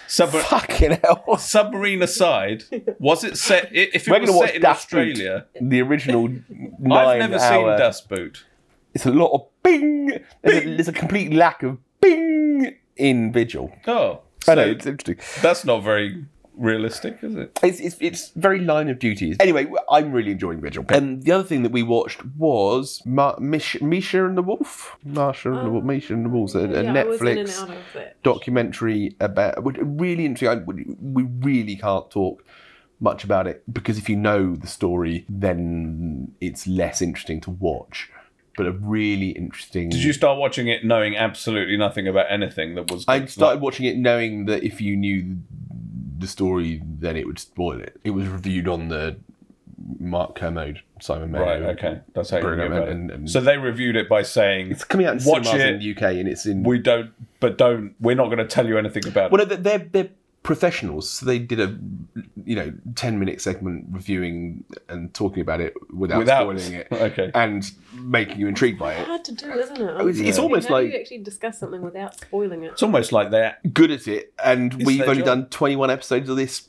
D: submar-
C: Fucking hell.
D: submarine aside, was it set? i- If it
C: We're
D: was
C: going to
D: set
C: watch
D: in
C: Dust Boot,
D: Australia,
C: the original 9
D: I've never seen
C: hour-
D: Dust Boot.
C: It's a lot of bing. There's, A,
D: Bing.
C: there's a complete lack of bing in Vigil.
D: Oh,
C: I know,
D: so
C: it's interesting.
D: that's not very realistic, is it?
C: It's, it's, it's very line of duty. Anyway, I'm really enjoying Vigil. And the other thing that we watched was Ma- Mish- Misha and the Wolf. Marsha and the Wolf. Misha and the Wolf. A, a
E: Oh, yeah, I was in and
C: Netflix
E: out of it.
C: documentary about which- really interesting. I, we really can't talk much about it because if you know the story, then it's less interesting to watch. But a really interesting.
D: Did you start watching it knowing absolutely nothing about anything that was?
C: I started watching it knowing that if you knew the story, then it would spoil it. It was reviewed on the Mark Kermode, Simon Mayo.
D: right. Okay, that's how you knew
C: Bruno
D: about
C: and-
D: it.
C: and-
D: So they reviewed it by saying
C: It's coming out in
D: Watch
C: cinemas
D: it.
C: in the UK, and it's in.
D: we don't, but don't. We're not going to tell you anything about it.
C: well, no, they're they're professionals, so they did a you know ten minute segment reviewing and talking about it without,
D: Without-
C: spoiling it,
D: okay.
C: and making you intrigued by it.
E: Hard to do, isn't it?
C: It's, it's
E: How
C: almost
E: do you
C: like
E: actually discuss something without spoiling it.
D: It's almost like they're
C: good at it, and we've
D: their
C: only
D: job.
C: done twenty one episodes of this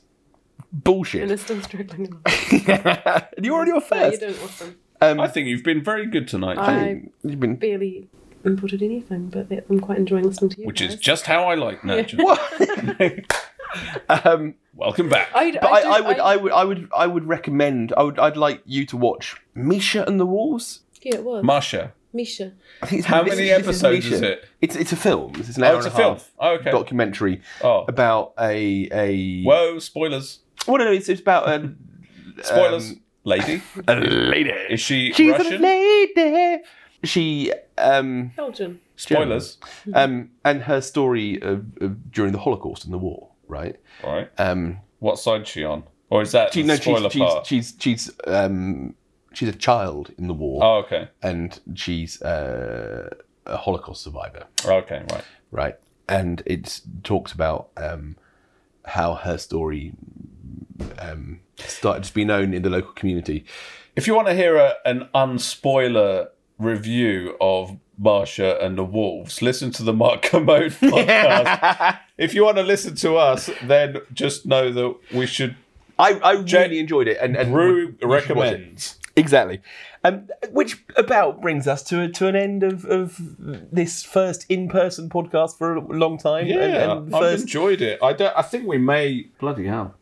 E: And
C: bullshit.
E: it's still struggling.
C: and you're already on
E: No, you
C: first.
E: don't awesome.
C: Um,
D: I think you've been very good tonight,
E: I-
C: you've been
E: Barely inputted anything, but that, I'm quite enjoying listening to you.
D: which is
E: guys.
D: just how I like nurture.
C: um,
D: Welcome back.
E: I,
C: but I,
E: do-
C: I, would, I, would, I would, I would recommend. I would, I'd like you to watch Misha and the Wolves.
E: Yeah, it was.
D: Marsha,
E: Misha.
C: I think it's
D: How
C: this
D: many
C: this
D: episodes is
C: Misha.
D: it?
C: It's, it's a film. It's an
D: Oh,
C: hour
D: it's
C: and
D: a film.
C: half
D: Oh, okay.
C: documentary
D: Oh,
C: about a a.
D: whoa! Spoilers.
C: well, no, no, it's, it's about a
D: Spoilers.
C: um,
D: lady.
C: a lady.
D: Is she
C: She's
D: Russian?
C: a lady. She um
E: Belgian.
D: Spoilers.
C: um and her story of, of during the Holocaust and the war, right?
D: All right.
C: Um,
D: What side's she on? Or is that
C: she,
D: the
C: no,
D: spoiler
C: she's, she's
D: part?
C: she's she's um she's a child in the war.
D: oh, okay.
C: and she's uh, a Holocaust survivor,
D: Okay, right.
C: right? And it talks about um, how her story um, started to be known in the local community.
D: If you want to hear a, an unspoiler review of Marsha and the Wolves, listen to the Mark Commode podcast. if you want to listen to us, then just know that we should
C: I, I
D: Jen-
C: really enjoyed it, and, and
D: brew
C: you should watch it.
D: recommends.
C: exactly. Um, which about brings us to a, to an end of, of this first in person podcast for a long time.
D: Yeah,
C: and, and
D: I've
C: first
D: enjoyed it. I don't. I think we may. Bloody hell.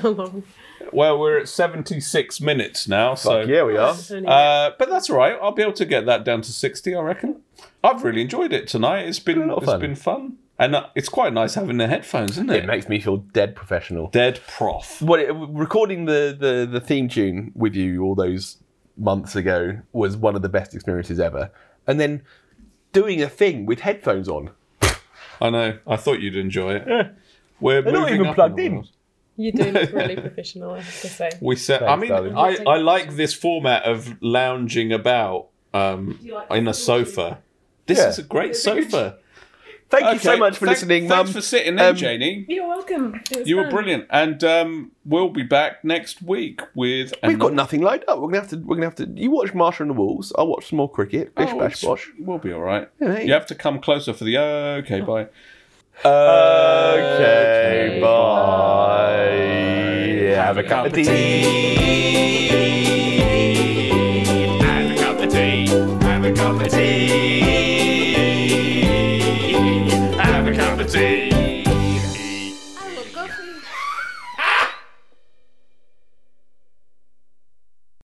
E: How long?
D: Well, we're at seventy-six minutes now. So
C: yeah, we are.
E: It's only-
D: Uh, but that's all right. I'll be able to get that down to sixty, I reckon. I've really enjoyed it tonight. It's been
C: a lot of
D: it's
C: fun.
D: been fun, and uh, it's quite nice having the headphones, isn't it?
C: It makes me feel dead professional.
D: Dead prof.
C: what it, recording the, the the theme tune with you all those months ago was one of the best experiences ever and then doing a thing with headphones on
D: I know. I thought you'd enjoy it. We're
C: not
D: moving
C: even
D: up
C: plugged
D: the
C: in.
D: world.
E: You're doing it really professional, I have to say.
D: We set. I
C: Thanks,
D: mean,
C: darling.
D: I, I like this format of lounging about um,
J: Do you like
D: in a
J: the solution?
D: sofa. This
C: Yeah.
D: is a great sofa.
C: thank you so
D: Okay,
C: much for
D: thank-
C: listening
D: Thanks
C: mum
D: for sitting in,
C: Um,
D: Janie.
E: You're welcome. It was
D: You were
E: fun.
D: brilliant, and um, we'll be back next week with.
C: We've got nothing lined up. We're gonna have to. We're gonna have to. You watch Marsha and the Wolves. I'll watch some more cricket. Bish
D: Oh,
C: bash
D: it's-
C: bosh.
D: We'll be all right.
C: Yeah, Oh.
D: You have to come closer for the okay. Bye.
C: Okay, bye. Have a cup
K: Have a cup of
C: of
K: tea. Have a cup of tea.